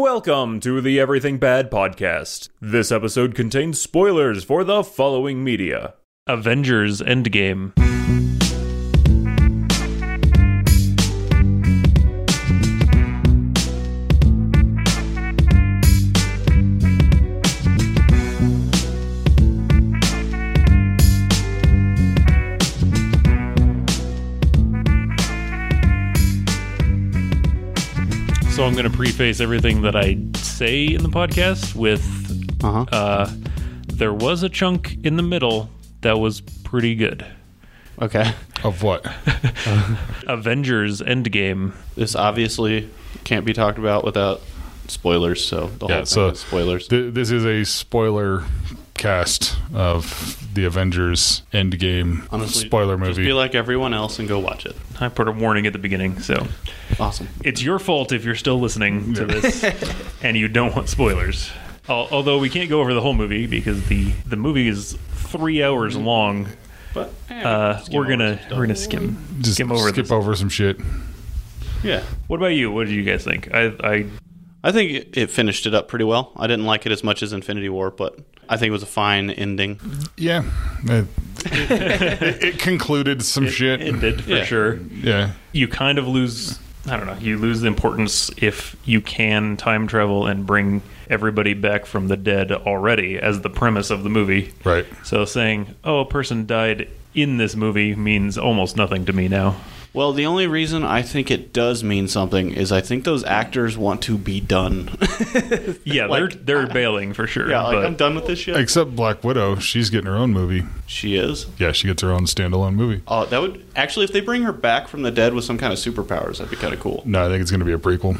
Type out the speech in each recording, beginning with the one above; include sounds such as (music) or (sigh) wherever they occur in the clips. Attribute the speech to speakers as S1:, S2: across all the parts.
S1: Welcome to the Everything Bad podcast. This episode contains spoilers for the following media.
S2: Avengers Endgame. So I'm going to preface everything that I say in the podcast with
S3: Uh-huh.
S2: uh, there was a chunk in the middle that was pretty good.
S3: Okay.
S4: Of what?
S2: Avengers Endgame.
S3: This obviously can't be talked about without spoilers, so the whole
S4: (laughs) Yeah,
S3: thing
S4: so-
S3: is spoilers.
S4: Th- this is a spoiler cast of the Avengers Endgame
S3: Honestly,
S4: spoiler
S3: Just
S4: movie.
S3: be like everyone else and go watch it.
S2: I put a warning at the beginning, so
S3: Awesome.
S2: it's your fault if you're still listening to this and you don't want spoilers. Al- Although we can't go over the whole movie because the, the movie is three hours long,
S3: But eh,
S2: uh, we're gonna we're gonna skim
S4: just
S2: skim over
S4: skip
S2: this.
S4: over some shit.
S3: yeah.
S2: What about you? What do you guys think? I I
S3: I think it- it finished it up pretty well. I didn't like it as much as Infinity War, but I think it was a fine ending.
S4: Yeah, it, it- it concluded some shit.
S2: it did for
S3: Yeah.
S2: sure.
S4: Yeah,
S2: You kind of lose. I don't know. You lose the importance if you can time travel and bring everybody back from the dead already as the premise of the movie.
S4: right.
S2: So saying, "Oh, a person died in this movie" means almost nothing to me now.
S3: Well, the only reason I think it does mean something is I think those actors want to be done. (laughs)
S2: Yeah,
S3: Like,
S2: they're they're bailing for sure.
S3: yeah, like
S2: but
S3: I'm done with this shit.
S4: Except Black Widow, she's getting her own movie.
S3: she is.
S4: Yeah, she gets her own standalone movie.
S3: Oh, that would actually if they bring her back from the dead with some kind of superpowers, that'd be kind of cool.
S4: No, I think it's gonna be a prequel.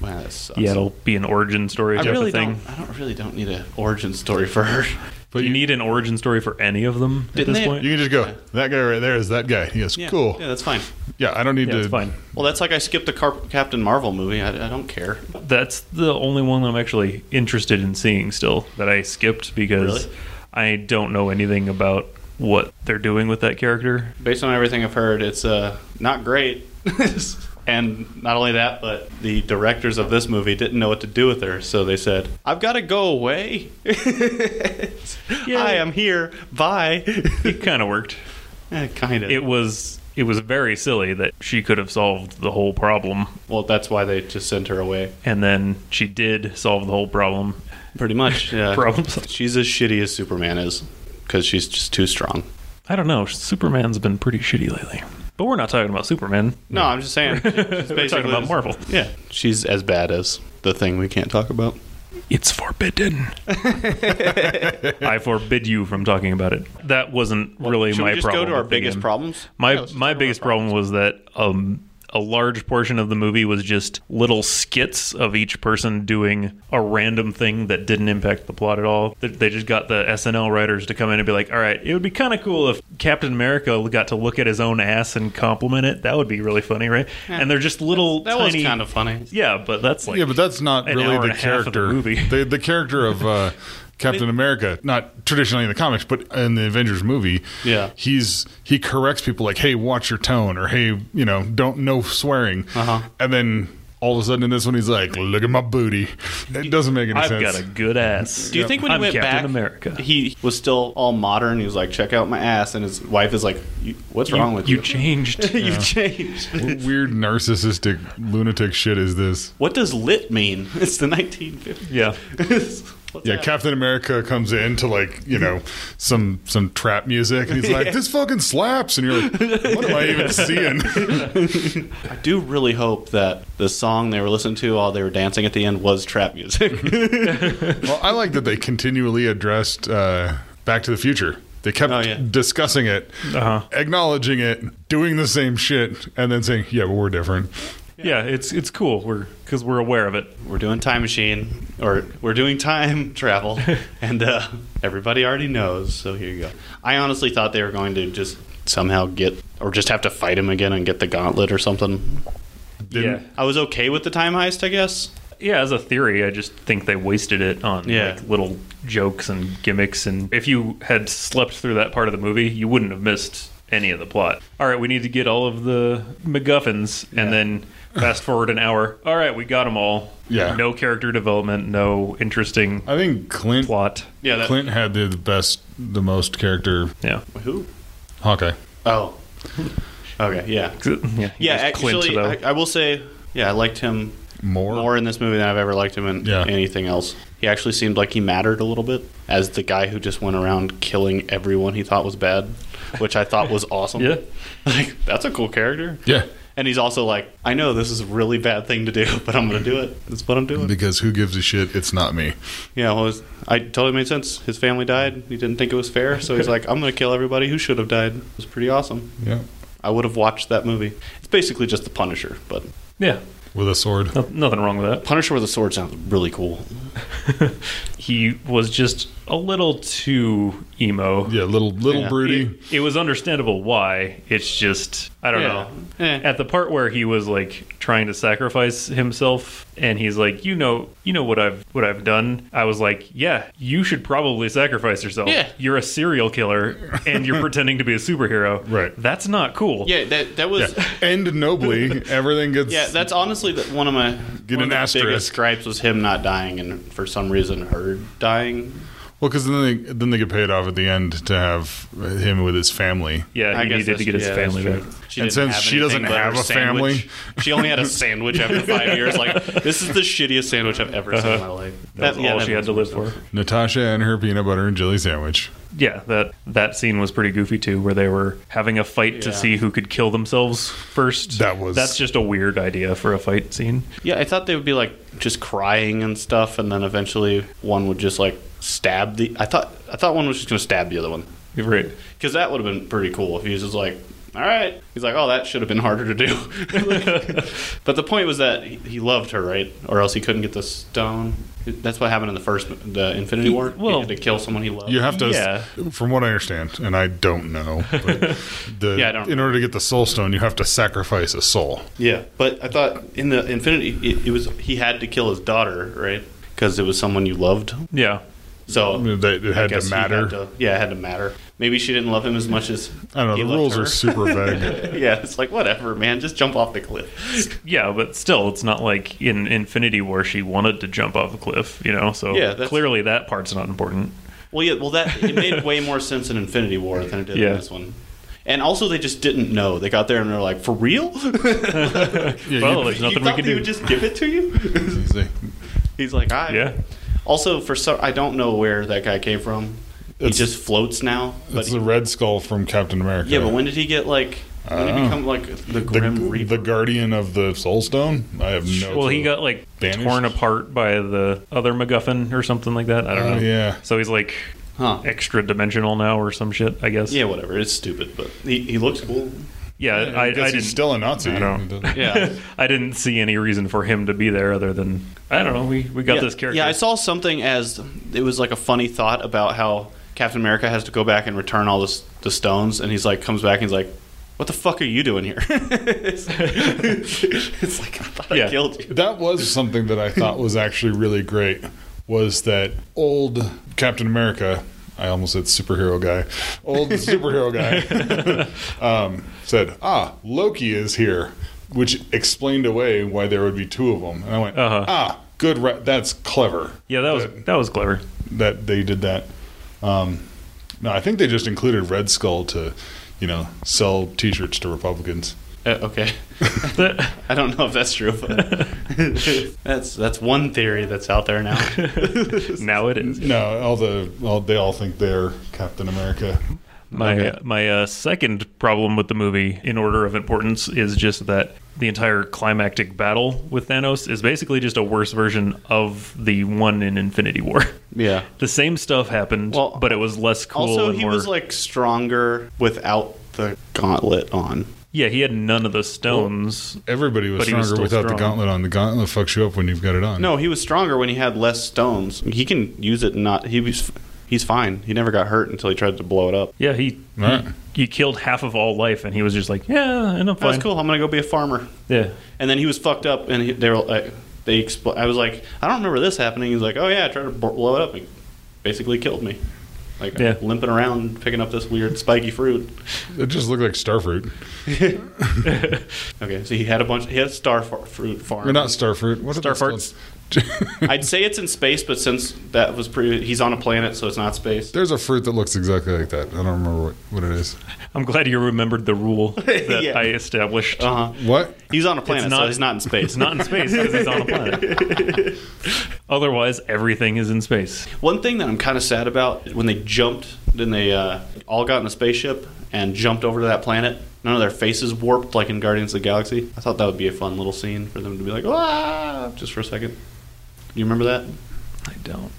S3: Wow, that sucks.
S2: yeah, it'll be an origin story
S3: I
S2: type
S3: really
S2: of thing.
S3: don't. I don't really don't need an origin story for her.
S4: But
S2: Do you
S4: you,
S2: need an origin story for any of them at
S3: Didn't
S2: this
S3: they-
S2: point?
S4: you can just go. That guy right there is that guy.
S3: (laughs)
S4: Yes,
S3: Yeah,
S4: cool.
S3: Yeah,
S4: Yeah,
S3: that's fine.
S4: I don't need
S2: yeah,
S4: to.
S2: it's fine.
S3: Well, that's like I skipped the Car- Captain Marvel movie. I, I don't care.
S2: That's the only one I'm actually interested in seeing still that I skipped because
S3: Really?
S2: I don't know anything about what they're doing with that character.
S3: Based on everything I've heard, it's uh, not great. (laughs) and not only that, but the directors of this movie didn't know what to do with her, so they said, "I've got to go away. (laughs) I am here. Bye." (laughs)
S2: It kind of worked.
S3: kind of.
S2: It was it was very silly that she could have solved the whole problem
S3: well, that's why they just sent her away.
S2: and then she did solve the whole problem.
S3: Pretty (laughs) much. Yeah.
S2: Problem.
S3: She's as shitty as Superman is because she's just too strong.
S2: I don't know. Superman's been pretty shitty lately. But we're not talking about Superman.
S3: No, I'm just (laughs) saying. She's
S2: We're talking
S3: basically
S2: about
S3: just-
S2: Marvel.
S3: Yeah, she's as bad as the thing we can't talk about.
S2: It's forbidden. (laughs) I forbid you from talking about it. That wasn't really
S3: Should
S2: my
S3: we just
S2: problem.
S3: go to our
S2: with the
S3: biggest
S2: game.
S3: problems?
S2: My
S3: Yeah, let's just
S2: my
S3: go to
S2: biggest
S3: our problems.
S2: problem was that um, a large portion of the movie was just little skits of each person doing a random thing that didn't impact the plot at all. They, they just got the SNL writers to come in and be like, "All right, it would be kind of cool if Captain America got to look at his own ass and compliment it. That would be really funny, right?" and they're just little
S3: That
S2: tiny.
S3: was kind of funny.
S2: yeah, but that's like
S4: yeah, but that's not
S2: an
S4: really
S2: hour and
S4: the
S2: a half of the
S4: character.
S2: movie.
S4: The, the character
S2: (laughs)
S4: of uh, Captain America, not traditionally in the comics, but in the Avengers movie.
S3: Yeah.
S4: he's he corrects people like, "Hey, watch your tone," or "Hey, you know, don't no swearing."
S3: Uh-huh.
S4: And then all of a sudden in this one, he's like, "Look at my booty." It doesn't make any
S2: I've
S4: sense.
S2: got a good ass.
S3: Do you think when he
S2: I'm
S3: went
S2: Captain
S3: back,
S2: America.
S3: he was still all modern? He was like, "Check out my ass," and his wife is like, "You- "What's wrong with you?"
S2: You changed.
S3: (laughs) you changed.
S4: What weird narcissistic lunatic shit is this?
S3: what does lit mean? (laughs) It's the 1950s.
S2: yeah.
S3: (laughs) What's
S4: Yeah,
S3: that?
S4: Captain America comes in to like you know some some trap music, and
S2: (laughs)
S4: he's like, "This fucking slaps," and you're like, "What am I even seeing?"
S3: I do really hope that the song they were listening to while they were dancing at the end was trap music. (laughs)
S4: Well, I like that they continually addressed uh, Back to the Future. They kept
S3: Oh, yeah.
S4: discussing it,
S2: Uh-huh.
S4: acknowledging it, doing the same shit, and then saying, "Yeah, but we're different."
S2: Yeah, it's it's cool. We're because we're aware of it.
S3: we're doing time machine or we're doing time (laughs) travel and uh, everybody already knows so here you go i honestly thought they were going to just somehow get or just have to fight him again and get the gauntlet or something
S4: Didn't-
S2: Yeah,
S3: i was okay with the time heist i guess
S2: yeah. As a theory, I just think they wasted it on
S3: Yeah.
S2: like, little jokes and gimmicks. And if you had slept through that part of the movie, you wouldn't have missed any of the plot. All right, we need to get all of the MacGuffins, and then fast forward an hour. All right, we got them all.
S4: Yeah.
S2: No character development, no interesting
S4: I think Clint
S2: plot.
S3: Yeah, that,
S4: Clint had the, the best, the most character
S2: Yeah.
S3: Who?
S4: Hawkeye.
S3: Oh. Okay, yeah.
S2: Yeah, he
S3: Yeah,
S2: was Clint,
S3: actually,
S2: though.
S3: I, I will say, yeah, I liked him
S4: More.
S3: more in this movie than I've ever liked him in
S4: Yeah.
S3: anything else. He actually seemed like he mattered a little bit as the guy who just went around killing everyone he thought was bad, which I thought was awesome.
S2: Yeah.
S3: (laughs) Like, that's a cool character.
S4: Yeah.
S3: And he's also like, I know this is a really bad thing to do, (laughs) but I'm going to do it. That's what I'm doing.
S4: Because who gives a shit? It's not me.
S3: Yeah, well, it's- I totally made sense. His family died. He didn't think it was fair, so he's like, I'm going to kill everybody who should have died. It was pretty awesome.
S4: Yeah.
S3: I would have watched that movie. It's basically just The Punisher, but
S2: yeah.
S4: With a sword.
S2: No- nothing wrong with that.
S3: Punisher with a sword sounds really cool.
S2: he was just a little too emo.
S4: Yeah, little little
S2: (laughs)
S3: Yeah.
S4: broody.
S2: It, it was understandable why. It's just I don't
S3: Yeah.
S2: know.
S3: Eh.
S2: At the part where he was like trying to sacrifice himself and he's like, "You know, you know what I've what I've done." I was like, "Yeah, you should probably sacrifice yourself.
S3: Yeah.
S2: You're a serial killer and you're pretending to be a superhero.
S4: Right.
S2: That's not cool."
S3: Yeah, that that was. (laughs) Yeah.
S4: End nobly. Everything gets.
S3: that's honestly the, one of my
S4: Get
S3: one
S4: an
S3: of the biggest
S4: asterisk.
S3: gripes was him not dying, and for some reason her dying.
S4: Well, because then they then they get paid off at the end to have him with his family.
S2: Yeah, he needed to get his
S3: yeah, that's
S2: family
S3: true.
S2: back.
S3: She
S4: And
S3: didn't
S4: since
S3: have
S4: she doesn't
S3: anything but
S4: have
S3: her
S4: a family-
S3: sandwich. she only had a sandwich
S2: (laughs)
S3: after five years. Like this is the shittiest sandwich I've ever seen in my life.
S2: That's all she had to live for.
S4: Natasha and her peanut butter and jelly sandwich.
S2: Yeah, that that scene was pretty goofy too, where they were having a fight to
S3: Yeah.
S2: see who could kill themselves first.
S4: That was-
S2: that's just a weird idea for a fight scene.
S3: Yeah, I thought they would be like just crying and stuff, and then eventually one would just like stab the. I thought I thought one was just gonna stab the other one
S2: Right.
S3: because that would have been pretty cool if he was just like, all right, he's like, oh, that should have been harder to do. (laughs) but the point was that he, he loved her, right? Or else he couldn't get the stone. That's what happened in the first the Infinity War.
S2: well-
S3: he had to kill someone he loved.
S4: You have to,
S2: Yeah.
S4: from what I understand, and I don't know. But
S3: (laughs)
S4: the,
S3: Yeah, I don't-
S4: in order to get the soul stone, you have to sacrifice a soul.
S3: Yeah, but I thought in the Infinity, it, it was he had to kill his daughter, right? Because it was someone you loved.
S2: Yeah.
S3: So
S4: I mean, that- it
S3: I
S4: had
S3: guess
S4: to
S3: he
S4: matter.
S3: had to- yeah, it had to matter. Maybe she didn't love him as much as
S4: I don't know.
S3: he
S4: the
S3: loved
S4: rules
S3: her.
S4: are super vague.
S3: (laughs) yeah, it's like whatever, man. Just jump off the
S4: (laughs)
S3: cliff.
S2: Yeah, but still, it's not like in Infinity War she wanted to jump off a cliff, you know. So
S3: Yeah, that's-
S2: clearly that part's not important.
S3: Well, yeah. Well, that it made way more sense in Infinity War than it did
S2: Yeah.
S3: in this one. And also, they just didn't know. They got there and they're like, "For real?
S4: Yeah,
S2: well,
S4: you-
S2: there's nothing
S3: (laughs) you
S2: we
S3: thought
S2: can
S3: they
S2: do.
S3: would just give it to you?" (laughs)
S4: he's like,
S3: He's like, "I."
S2: Yeah.
S3: Also, for so I don't know where that guy came from.
S4: It's-
S3: he just floats now. But
S4: it's
S3: he,
S4: the Red Skull from Captain America.
S3: yeah, but when did he get like? When did
S4: I
S3: he
S4: don't
S3: become like the
S4: the,
S3: Grim Reaper?
S4: the Guardian of the Soul Stone, I have no.
S2: well, he
S4: clue.
S2: got like
S4: Banished?
S2: torn apart by the other MacGuffin or something like that. I don't
S4: Oh,
S2: know.
S4: yeah.
S2: So he's like
S3: huh?
S2: extra dimensional now or some shit, I guess.
S3: Yeah, whatever. It's stupid, but he, he looks cool.
S2: Yeah.
S4: I,
S2: I, I
S4: guess
S2: didn't.
S4: he's still a Nazi.
S2: I don't-
S4: He doesn't-
S3: Yeah.
S2: (laughs) I didn't see any reason for him to be there other than I don't know. We, we got
S3: yeah,
S2: this character.
S3: Yeah, I saw something as it was like a funny thought about how Captain America has to go back and return all this, the stones, and he's like comes back and he's like, "What the fuck are you doing here?" (laughs) it's, it's like (laughs) I thought
S2: Yeah.
S3: I killed you.
S4: That was something that I thought was actually really great was that old Captain America, I almost said superhero guy,
S2: (laughs)
S4: old superhero guy, um, said, ah, Loki is here, which explained away why there would be two of them. And I went,
S2: Uh-huh.
S4: ah, good, ra- that's clever
S2: Yeah, that was that was
S4: (laughs)
S2: clever. (laughs)
S4: that they did that. Um, no, I think they just included Red Skull to, you know, sell T-shirts to Republicans.
S3: Uh, okay,
S2: That-
S3: (laughs) I don't know if that's true, but (laughs) that's that's one theory that's out
S2: (laughs)
S3: there now.
S2: now it is.
S4: No, all the all, they all think they're Captain America.
S2: My
S4: Okay.
S2: my uh, second problem with the movie, in order of importance, is just that the entire climactic battle with Thanos is basically just a worse version of the one in Infinity War.
S3: (laughs) Yeah.
S2: (laughs) The same stuff happened,
S3: Well,
S2: but it was less cool.
S3: also,
S2: and
S3: he
S2: more,
S3: was like stronger without the gauntlet on.
S2: yeah, he had none of the stones.
S4: Everybody was
S2: But he was
S4: stronger
S2: still
S4: without
S2: strong.
S4: the gauntlet on. The gauntlet fucks you up when you've got it on.
S3: No, he was stronger when he had less stones. He can use it and not. He was. He's fine. He never got hurt until he tried to blow it up.
S2: yeah, he,
S4: Right.
S2: he he killed half of all life, and he was just like, yeah, and I'm
S3: That
S2: fine.
S3: was cool. I'm gonna go be a farmer.
S2: Yeah, (laughs)
S3: And then he was fucked up, and he, they were like, they. Expl- I was like, I don't remember this happening. He's like, oh yeah, I tried to b- blow it up. and basically killed me. like
S2: Yeah.
S3: limping around picking up this weird spiky fruit.
S4: It just looked like starfruit.
S3: Okay, so he had a bunch. He had a star far, fruit farm.
S4: Or not starfruit. What are those
S3: Starfarts.
S4: called? (laughs)
S3: I'd say it's in space, but since that was pre, he's on a planet, so it's not space.
S4: There's a fruit that looks exactly like that. I don't remember what, what it is.
S2: I'm glad you remembered the
S3: (laughs)
S2: rule that
S3: Yeah.
S2: I established.
S3: Uh huh.
S4: What?
S3: He's on a planet, so
S2: not-
S3: he's not in
S2: It's (laughs)
S3: space.
S2: not in space because it's on a planet.
S3: (laughs)
S2: Otherwise, everything is in space.
S3: One thing that I'm kind of sad about is when they jumped, then they uh, all got in a spaceship and jumped over to that planet. None of their faces warped like in Guardians of the Galaxy. I thought that would be a fun little scene for them to be like, ah, just for a second. Do you remember that?
S2: I don't.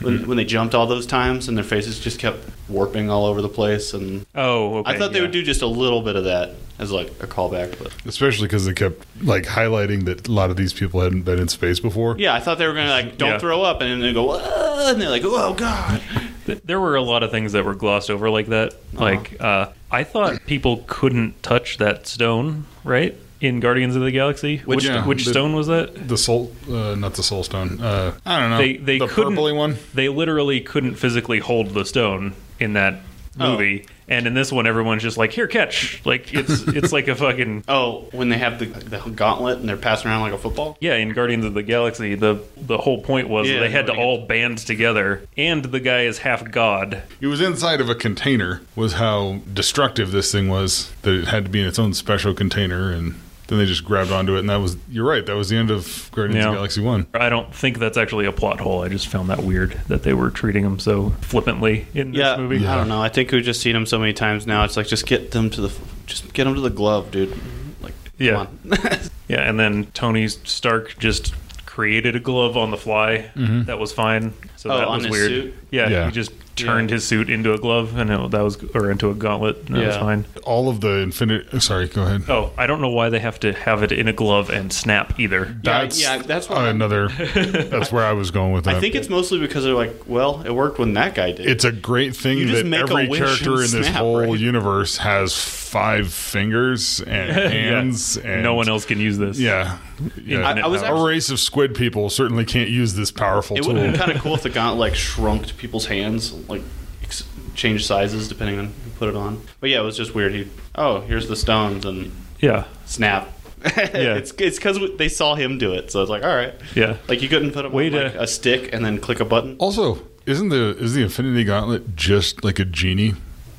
S3: When, when they jumped all those times and their faces just kept warping all over the place. And
S2: Oh, okay.
S3: I thought they
S2: yeah.
S3: would do just a little bit of that as like a callback. But
S4: Especially because they kept like highlighting that a lot of these people hadn't been in space before.
S3: yeah, I thought they were going to like, don't
S2: Yeah.
S3: throw up. And then they go, ah, and they're like, oh, God.
S2: Th- There were a lot of things that were glossed over like that.
S3: Uh-huh.
S2: Like, uh, I thought people couldn't touch that stone, right? In Guardians of the Galaxy, which which,
S4: yeah, the-
S2: stone was that?
S4: The soul, uh, not the soul stone. Uh, I don't know.
S2: They they
S4: the
S2: couldn't.
S4: purpley one.
S2: They literally couldn't physically hold the stone in that
S3: Oh.
S2: movie, and in this one, everyone's just like, "Here, catch!" Like it's it's like a fucking
S3: Oh, when they have the, the gauntlet and they're passing around like a football?
S2: Yeah, in Guardians of the Galaxy, the the whole point was
S3: Yeah,
S2: they had to
S3: they were
S2: all band together, and the guy is half god.
S4: It was inside of a container. Was how destructive this thing was. That it had to be in its own special container, and then they just grabbed onto it. And that was you're right. That was the end of Guardians
S2: Yeah.
S4: of the Galaxy One.
S2: I don't think that's actually a plot hole. I just found that weird that they were treating him so flippantly in
S3: yeah,
S2: this movie.
S3: I don't know. I think we've just seen him so many times now. It's like just get them to the, just get them to the glove, dude. Like,
S2: Yeah.
S3: come on.
S2: Yeah, and then Tony Stark just created a glove on the fly. That was fine. So
S3: Oh,
S2: that
S3: on
S2: was
S3: his
S2: weird.
S3: suit?
S2: Yeah,
S4: Mm-hmm. Yeah.
S2: he just turned his suit into a glove, and it, that was or into a gauntlet. And that was
S3: Yeah.
S2: fine.
S4: All of the infinite. Sorry, go ahead.
S3: Uh,
S2: Oh, I don't know why they have to have it in a glove and snap either.
S4: That's
S3: yeah, that's what I'm- (laughs)
S4: another. that's where I was going with that.
S3: I think it's mostly because they're like, well, it worked when that guy did.
S4: it's a great
S3: You
S4: thing
S3: just
S4: that
S3: make a
S4: every
S3: wish
S4: character in
S3: and
S4: this
S3: snap,
S4: whole
S3: right?
S4: universe has five
S3: (laughs)
S4: fingers and
S2: Yeah.
S4: hands. and
S2: no one else can use this.
S4: Yeah, yeah.
S2: Infinite
S3: I- I was
S2: power.
S4: a race of squid people certainly can't use this powerful
S3: it would have
S4: tool.
S3: been kind of cool if the gauntlet like shrunk to people's hands, like ex- change sizes depending on who put it on. But yeah, it was just weird. He, oh, here's the stones and
S2: Yeah,
S3: snap. (laughs) it's it's because they saw him do it, so it's like, all right.
S2: yeah.
S3: Like you couldn't put him
S2: Way
S3: on
S2: to-
S3: like, a stick and then click a button.
S4: Also, isn't the is the Infinity Gauntlet just like a genie,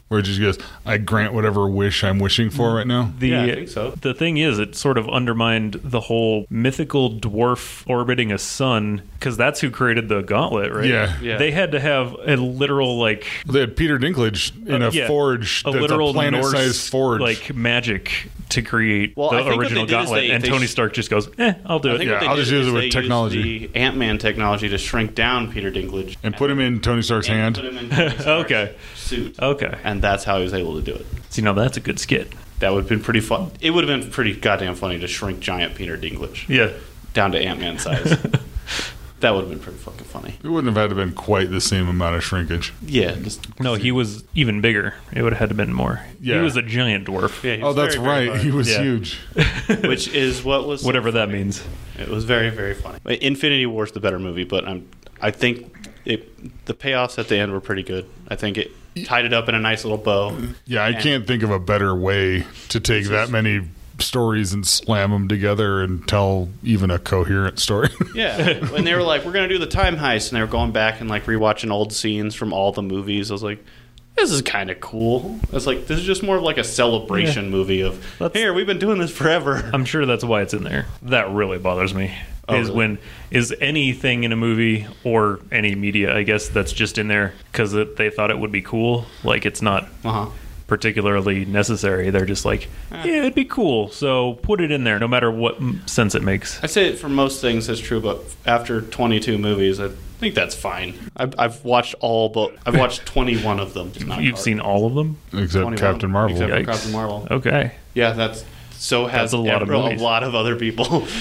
S4: where it just goes, "I grant whatever wish I'm wishing for right now."
S2: The,
S3: Yeah, I think so.
S2: The thing is, it sort of undermined the whole mythical dwarf orbiting a sun because that's who created the gauntlet, right?
S4: Yeah.
S3: Yeah.
S2: They had to have a literal like
S4: They had Peter Dinklage in
S2: uh,
S4: a
S2: yeah,
S4: forge,
S2: a
S4: that's
S2: literal
S4: a planet-sized
S2: Norse
S4: forge.
S2: like magic to create
S3: Well, I
S2: the
S3: think what
S2: original
S3: they did is
S2: gauntlet,
S3: they-
S2: and
S3: they
S2: Tony
S3: sh-
S2: Stark just goes, "Eh, I'll do
S3: I
S2: it."
S3: think
S4: Yeah,
S3: what they
S4: I'll
S3: did
S4: just
S3: is
S4: use it with
S3: they used
S4: technology.
S3: the Ant Man technology to shrink down Peter Dinklage
S4: and put him in Tony Stark's hand.
S3: Put him in Tony Stark's
S2: Okay.
S3: suit.
S2: Okay.
S3: And that's how he was able to do it.
S2: See, now that's a good skit.
S3: That would have been pretty fun. It would have been pretty goddamn funny to shrink giant Peter Dinklage
S2: Yeah.
S3: down to Ant Man size. that would have been pretty fucking funny.
S4: It wouldn't have had to been quite the same amount of shrinkage.
S3: Yeah. Just,
S2: No, he was even bigger. It would have had to been more.
S4: Yeah.
S2: He was a giant dwarf.
S3: yeah, he
S4: Oh,
S3: was
S4: that's
S3: very, very
S4: right. (laughs) He was
S2: Yeah.
S4: huge. (laughs)
S3: funny, which is what was
S2: Whatever that means.
S3: It was very very funny. Infinity War's the better movie, but I'm I think it, the payoffs at the end were pretty good. I think it tied it up in a nice little bow.
S4: Yeah, I can't think of a better way to take that many stories and slam them together and tell even a coherent story. (laughs)
S2: (laughs)
S3: Yeah, when they were like, "We're gonna do the time heist," and they were going back and like rewatching old scenes from all the movies, I was like, "This is kind of cool." It's like this is just more of like a celebration movie of
S2: Let's-
S3: here we've been doing this forever.
S2: (laughs) I'm sure that's why it's in there. That really bothers me.
S4: Oh,
S2: is
S3: really?
S2: when is anything in a movie or any media, I guess, that's just in there because they thought it would be cool. Like it's not
S3: Uh huh.
S2: particularly necessary. They're just like, yeah, it'd be cool, so put it in there, no matter what mm, sense it makes.
S3: I say it for most things that's true, but after 22 movies, I think that's fine. I've, I've watched all, but
S2: (laughs)
S3: I've watched 21 of them. Not
S2: You've
S3: hard.
S2: seen all of them.
S4: Except
S3: 21,
S4: Captain Marvel.
S3: except for
S2: Yikes.
S3: Captain Marvel.
S2: Okay.
S3: Yeah, that's so has
S2: That's a lot of
S3: every-
S2: movies.
S3: a lot of other people. (laughs)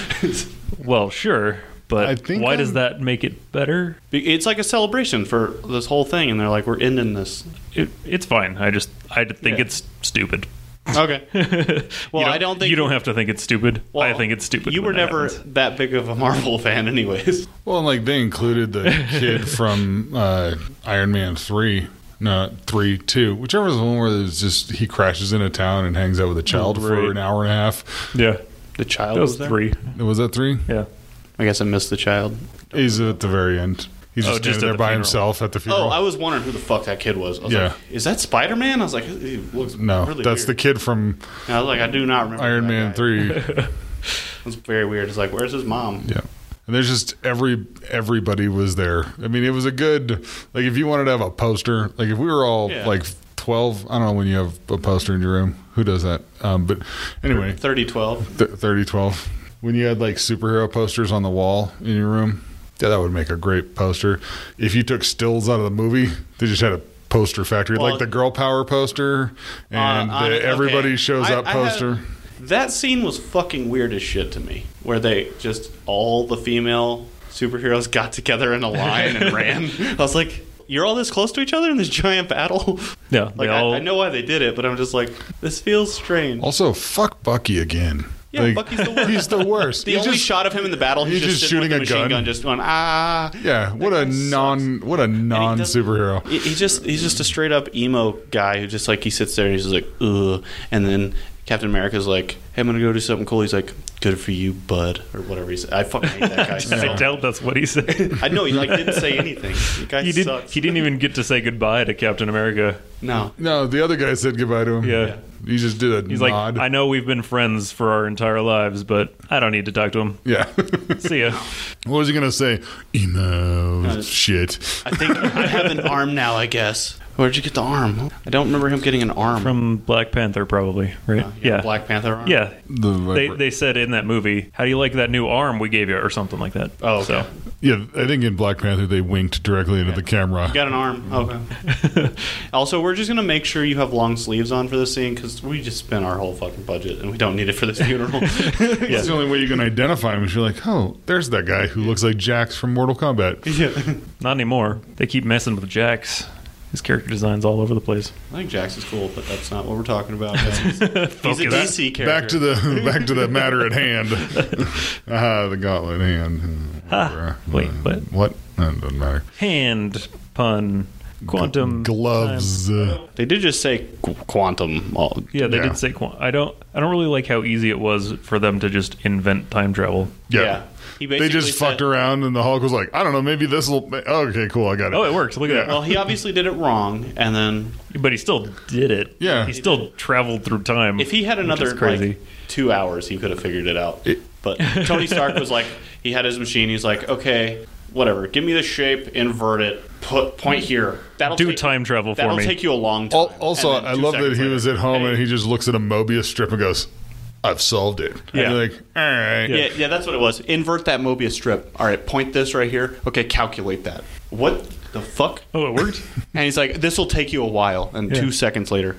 S2: Well, sure, but
S4: I think
S2: why does
S4: I'm-
S2: that make it better?
S3: it's like a celebration for this whole thing, and they're like, "We're
S2: (laughs)
S3: ending this."
S2: It, it's fine. I just I think
S3: Yeah.
S2: it's
S3: (laughs)
S2: stupid.
S3: Okay.
S2: You
S3: I don't think-
S2: you don't have to think it's stupid.
S3: Well,
S2: I think it's stupid.
S3: You
S2: when
S3: were
S2: that
S3: never
S2: happens.
S3: that big of a Marvel (laughs) fan, anyways. (laughs)
S4: Well, and, like they included the kid from uh, Iron Man three. no, three, two, whichever is the one where there's just he crashes into town and hangs out with a child
S2: Right.
S4: for an hour and a half.
S2: Yeah.
S3: The child
S2: That
S3: was,
S2: was
S3: there?
S2: three.
S4: Was that three?
S2: Yeah.
S3: I guess I missed the child.
S4: He's at the very end. He's
S2: Oh,
S4: just,
S2: just
S4: standing
S2: at
S4: there
S2: the
S4: by
S2: funeral.
S4: himself at the
S3: Oh,
S4: funeral.
S3: I was wondering who the fuck that kid was. I was
S4: Yeah.
S3: like, is that Spider Man? I was like, he looks
S4: no,
S3: really
S4: that's the
S3: weird.
S4: kid from
S3: And I was like, I do not remember.
S4: Iron
S3: that
S4: Man
S3: guy. (laughs)
S4: three.
S3: It was very weird. It's like, where's his mom?
S4: Yeah. And there's just every everybody was there. I mean, it was a good like if you wanted to have a poster, like if we were all
S3: Yeah.
S4: like 12, I don't know when you have a poster in your room. Who does that? Um, but anyway,
S3: Thirty twelve.
S4: th- 30 12. When you had like superhero posters on the wall in your room, yeah, that would make a great poster. If you took stills out of the movie, they just had a poster factory,
S3: Well- uh,
S4: like the girl power poster and
S3: On- on-
S4: the
S3: okay.
S4: everybody shows
S3: I-
S4: up
S3: I had-
S4: poster.
S3: That scene was fucking weird as shit to me, where they just all the female superheroes got together in a
S2: (laughs)
S3: line and ran. I was like, you're all this close to each other in this giant battle. (laughs)
S2: Yeah. they
S3: Like, I,
S2: all-
S3: I know why they did it, but I'm just like, this feels strange.
S4: also, fuck Bucky again.
S3: Yeah, Bucky's the worst.
S4: (laughs) He's the worst.
S3: the
S4: He
S3: only
S4: just-
S3: shot of him in the battle, he's,
S4: he's
S3: just,
S4: just
S3: sitting
S4: shooting
S3: with
S4: a
S3: the machine
S4: gun.
S3: gun. just going ah.
S4: Yeah, what a
S3: guy sucks.
S4: non what a non superhero.
S3: He, he just he's just a straight up emo guy who just like he sits there and he's just like ugh, and then Captain America's like, hey, I'm gonna go do something cool. He's like, good for you, bud, or whatever he said. I fucking hate
S2: (laughs)
S3: that guy. so
S2: (laughs) I
S3: much.
S2: doubt that's what he said.
S3: (laughs) I know he like didn't say anything. The guy
S2: he didn't.
S3: sucks.
S2: He didn't even get to say goodbye to Captain America.
S3: No.
S4: No, the other guy said goodbye to him.
S2: Yeah.
S4: he just did a
S2: He's
S4: nod.
S2: like, I know we've been friends for our entire lives, but I don't need to talk to him.
S4: yeah, (laughs)
S2: See ya.
S4: what was he gonna say? Emo
S2: Uh,
S3: it's-
S4: shit.
S3: I think I have an arm now. I guess. Where'd you get the arm? I don't remember him getting an arm.
S2: From Black Panther, probably. Right?
S3: You got
S2: yeah.
S3: a Oh, Black Panther arm.
S2: yeah.
S4: The
S2: They,
S4: vibra-
S2: they said in that movie, "How do you like that new arm we gave you?" or something like that.
S3: Oh, okay.
S2: so
S4: yeah, I think in Black Panther they winked directly into the camera.
S3: Got an arm. Okay. (laughs) also, we're just gonna make sure you have long sleeves on for this scene because we just spent our whole fucking budget and we don't need it for this
S4: (laughs)
S3: funeral.
S4: That's the only way you can identify him is you're like, oh, there's that guy who looks like Jax from Mortal Kombat.
S3: yeah.
S2: not anymore. They keep messing with Jax. His character designs all over the place.
S3: I think Jax is cool, but that's not what we're talking
S4: (laughs)
S3: about. He's a
S2: Focus.
S3: DC character.
S4: Back to the (laughs) back to the matter
S3: (laughs)
S4: at hand. Ah, the gauntlet hand.
S2: Ha. Wait, what?
S4: What? No, it doesn't matter.
S2: Hand pun, quantum
S4: gloves. uh,
S3: they did just say qu- quantum. uh, All.
S2: Yeah, they
S4: Yeah.
S2: did say quan- I don't. I don't really like how easy it was for them to just invent time travel.
S4: Yeah.
S3: He
S4: They
S3: basically
S4: just
S3: said-
S4: fucked around, and the Hulk was like, "I don't know, maybe this will." Okay, cool, I got it.
S2: Oh, it works. Look at
S3: Well, he obviously did it wrong, and then
S2: that. But he still did it.
S4: Yeah.
S2: he still traveled through time.
S3: if he had
S2: which
S3: another
S2: is crazy.
S3: like two hours, he could have figured it out. but Tony Stark was like, he had his machine. He's like, okay, whatever. Give me the shape, invert it, put point here. That'll
S2: Do
S3: take-
S2: time travel for
S3: that'll
S2: me.
S3: take you a long time.
S4: Al- Also,
S3: And then
S4: I
S3: two
S4: love that
S3: seconds
S4: he
S3: later,
S4: was at home
S3: hey.
S4: and he just looks at a Mobius strip and goes, "I've solved it."
S2: Yeah.
S4: And you're like, all right.
S3: Yeah, yeah, that's what it was. Invert that Mobius strip. All right, point this right here. Okay, calculate that. What the fuck?
S2: oh, it
S3: (laughs)
S2: worked.
S3: And he's like, this will take you a while. And two
S2: (laughs)
S3: seconds later,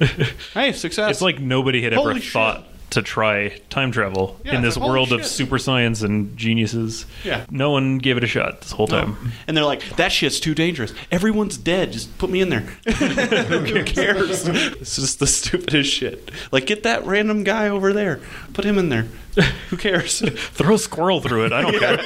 S3: hey, success.
S2: It's like nobody had ever
S3: Holy shit.
S2: thought to try time travel
S3: Yeah,
S2: in
S3: it's
S2: this
S3: like, holy
S2: world of
S3: shit.
S2: super science and geniuses.
S3: Yeah.
S2: No one gave it a shot this whole time.
S3: And they're like, that shit's too dangerous. Everyone's dead. Just put me in there. (laughs) Who cares? this is the stupidest shit. Like, get that random guy over there. Put him in there. Who cares? (laughs)
S2: Throw a squirrel through it. I don't care.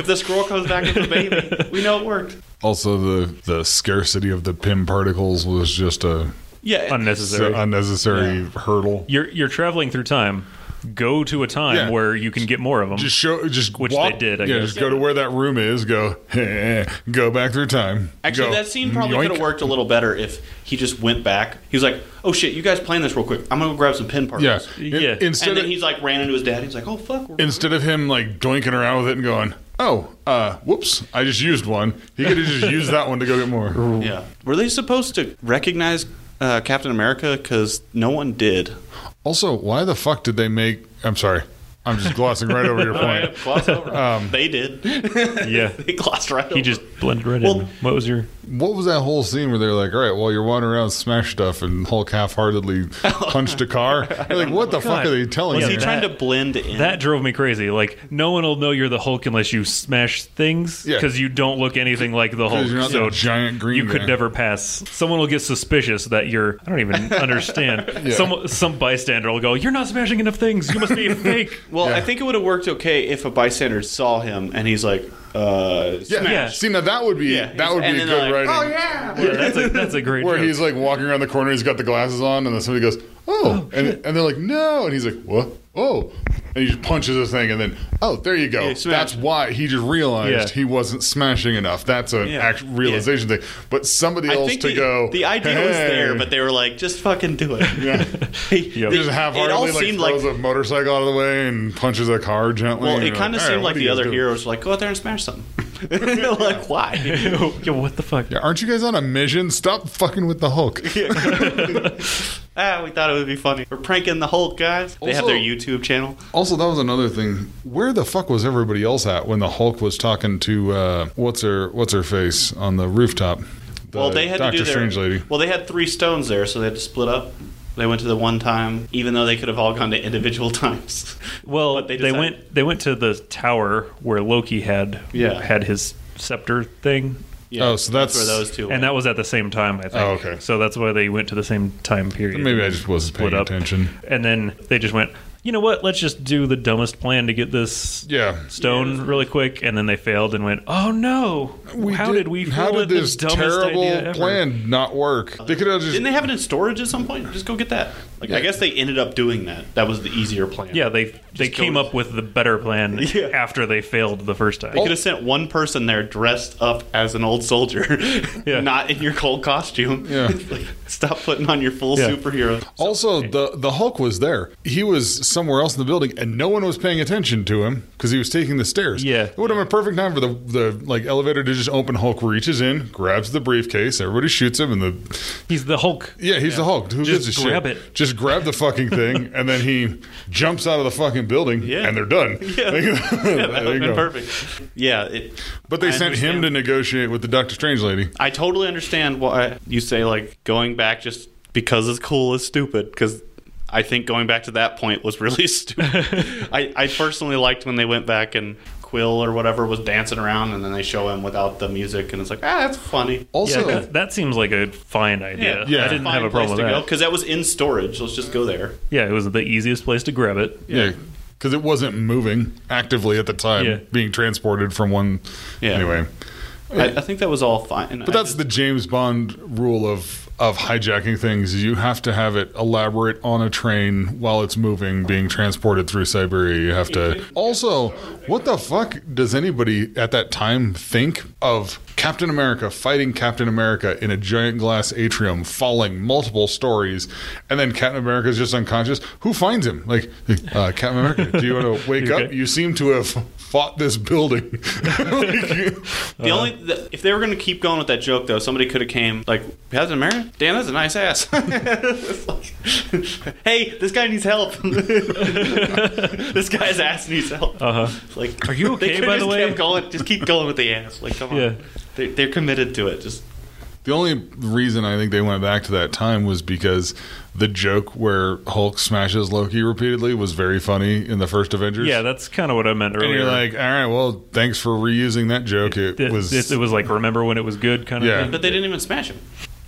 S3: if the squirrel comes back with a baby, we know it worked.
S4: Also, the the scarcity of the Pym particles was just a
S3: Yeah.
S2: Unnecessary.
S3: uh,
S4: unnecessary hurdle.
S2: you're you're traveling through time. Go to a time
S4: Yeah.
S2: where you can get more of them.
S4: Just show, just
S2: Which
S4: walk,
S2: they did, I
S4: yeah,
S2: guess.
S4: just go to where that room is. Go, (laughs) go back through time.
S3: Actually,
S4: Go,
S3: that scene probably
S4: yoink.
S3: could have worked a little better if he just went back. He was like, "Oh shit, you guys playing this real quick? I'm gonna go grab some pin
S4: Yeah,
S3: particles."
S4: In-
S2: Yeah.
S4: Instead
S3: And
S4: of-
S3: then he's like, ran into his dad. He's like, "Oh fuck." we're-
S4: instead of him like doinking around with it and going, "Oh, uh, whoops, I just used one," he could have just used that one to go
S3: (laughs)
S4: get more.
S3: Yeah. Were they supposed to recognize uh, Captain America? Because no one did.
S4: Also, why the fuck did they make? I'm sorry, I'm just glossing right Um, over your point. (laughs)
S3: they did.
S2: yeah.
S3: they glossed right.
S2: He just blended right
S3: Well-
S2: in. What was your
S4: What was that whole scene where they're like, "All right, well, you're wandering around, smash stuff," and
S3: (laughs)
S4: Hulk half-heartedly punched a car? You're like, what the fuck
S2: Oh God.
S4: are they telling
S2: Was
S3: Is
S4: me?
S3: he
S2: Yeah,
S3: trying to
S2: that-
S3: blend in?
S2: that drove me crazy. Like no one will know you're the Hulk unless you smash things
S4: Yeah.
S2: because you don't look anything like the Hulk.
S4: you're not
S2: so
S4: that giant green
S2: You could
S4: guy.
S2: never pass. Someone will get suspicious that you're.
S4: (laughs) (laughs)
S2: I don't even understand. Some some bystander will go, "You're not smashing enough things. You must be a fake."
S3: Well, I
S4: Yeah.
S3: think it would have worked okay if a bystander saw him and he's like, uh,
S4: Yeah.
S2: Yeah.
S4: See, now that would be
S3: Yeah.
S4: that would be
S3: And
S4: good
S3: then they're like,
S4: writing.
S3: "Oh,
S4: yeah.
S2: Yeah,
S4: Where,
S2: that's a that's a great.
S4: (laughs) where
S2: joke.
S4: he's like walking around the corner, he's got the glasses on, and then somebody goes, "Oh,", and, and they're like, "No," and he's like, "What? Oh." And he just punches the thing, and then oh, there you go.
S3: Yeah, smash.
S4: That's why he just realized
S2: Yeah.
S4: he wasn't smashing enough. That's an
S3: Yeah.
S4: act realization thing. But somebody
S3: I
S4: else
S3: think
S4: to
S3: the,
S4: go.
S3: the idea was
S4: "Hey."
S3: there, but they were like, just fucking do it. (laughs)
S4: yeah.
S3: They-
S4: He just
S3: it all
S4: half-heartedly like
S3: seemed
S4: throws
S3: like.
S4: a motorcycle out of the way and punches a car gently.
S3: Well,
S4: and
S3: it
S4: you're
S3: kind of
S4: "All right,
S3: seemed
S4: what
S3: like
S4: are
S3: the
S4: you
S3: other
S4: guys doing?"
S3: heroes were like, go out there and smash something. (laughs) like, why?
S2: (laughs) Yo, what the fuck?
S4: Yeah, aren't you guys on a mission? Stop fucking with the Hulk.
S3: (laughs) ah, we thought it would be funny. We're pranking the Hulk guys. They have
S4: Also-
S3: their YouTube channel.
S4: Also, that was another thing. Where the fuck was everybody else at when the Hulk was talking to uh, what's her what's her face on the rooftop? The
S3: well, they had
S4: Doctor
S3: to do their,
S4: Strange lady.
S3: Well, they had three stones there, so they had to split up. They went to the one time, even though they could have all gone to individual (laughs) times.
S2: Well,
S3: But
S2: they,
S3: they decided-
S2: went they went to the tower where Loki had
S3: Yeah.
S2: had his scepter thing,
S3: Yeah,
S4: Oh, so that's-
S3: where those two.
S2: and
S3: went.
S2: that was at the same time. I think.
S4: Oh, okay.
S2: So that's why they went to the same time period.
S4: Maybe I just wasn't
S2: Split
S4: paying
S2: up.
S4: attention.
S2: And then they just went. You know what? Let's just do the dumbest plan to get this
S4: Yeah.
S2: stone really quick. And then they failed and went. Oh no! how did, we?
S4: How
S2: fail
S4: did
S2: at the
S4: this
S2: dumbest idea
S4: terrible
S2: ever?"
S4: plan not work? They could have just
S3: Didn't they have it in storage at some point? Just go get that. Like, I
S4: Yeah.
S3: guess they ended up doing that. That was the easier plan.
S2: Yeah, they they
S3: go
S2: came
S3: to-
S2: up with the better (laughs) plan
S3: Yeah.
S2: after they failed the first time.
S3: They could have sent one person there dressed up as an old soldier, (laughs)
S2: Yeah.
S3: not in your cold costume.
S4: Yeah.
S3: (laughs) Like, stop putting on your full
S2: Yeah.
S4: (laughs)
S3: superhero.
S4: Also, the the Hulk was there. He was somewhere else in the building, and no one was paying attention to him because he was taking the stairs.
S2: Yeah.
S4: it would have been a perfect time for the the like elevator to just open. Hulk reaches in, grabs the briefcase. Everybody shoots him, and the
S2: He's the Hulk.
S4: yeah, he's the Hulk. Who
S2: Just
S4: gives a
S2: grab
S4: shit?
S2: it.
S4: Just grab the fucking
S3: (laughs)
S4: thing, and then he jumps out of the fucking building,
S3: Yeah.
S4: and they're done.
S3: (laughs) Yeah,
S4: (laughs) There you
S3: yeah that would have
S4: go.
S3: been perfect. Yeah, it,
S4: But they
S3: I
S4: sent him
S3: understand.
S4: to negotiate with the Doctor Strange lady.
S3: I totally understand why you say like going back just because it's cool is stupid because I think going back to that point was really (laughs) stupid. (laughs) I, I personally liked when they went back and Quill or whatever was dancing around and then they show him without the music and it's like ah that's funny.
S2: Yeah,
S4: Also,
S2: that, that seems like a fine idea.
S4: Yeah.
S2: I didn't
S3: Fine
S2: have a problem
S3: place
S2: with
S3: to go
S2: that.
S3: because that was in storage. Let's just go there.
S2: Yeah, it was the easiest place to grab it.
S4: Yeah. Because it wasn't moving actively at the time,
S2: Yeah.
S4: being transported from one.
S3: Yeah.
S4: Anyway,
S3: I, I think that was all fine.
S4: but that's the James Bond rule of of hijacking things. You have to have it elaborate on a train while it's moving, being transported through Siberia. You have to. Also, what the fuck does anybody at that time think of Captain America fighting Captain America in a giant glass atrium, falling multiple stories, and then Captain America is just unconscious? Who finds him? Like uh, Captain America, do you want to wake up?
S2: Okay.
S4: You seem to have fought this building. (laughs) Like,
S3: The
S2: Uh-huh.
S3: only the, if they were going to keep going with that joke though, somebody could have came like Captain America. Damn, that's a nice ass. (laughs) It's like, (laughs) hey, this guy needs help. (laughs) this guy's ass needs help.
S2: Uh huh.
S3: Like,
S2: Are you
S3: (laughs)
S2: okay,
S3: they coulda
S2: by the
S3: just
S2: way?
S3: kept going, just keep going with the ass. Like, come on.
S2: Yeah.
S3: They're, they're committed to it. Just
S4: The only reason I think they went back to that time was because the joke where Hulk smashes Loki repeatedly was very funny in the first Avengers.
S2: Yeah, that's kind of what I meant earlier.
S4: and you're like, all right, well, thanks for reusing that joke. It,
S2: it,
S4: was
S2: it, it was like remember when it was good kind of
S4: Yeah.
S2: thing.
S3: but they didn't even smash him.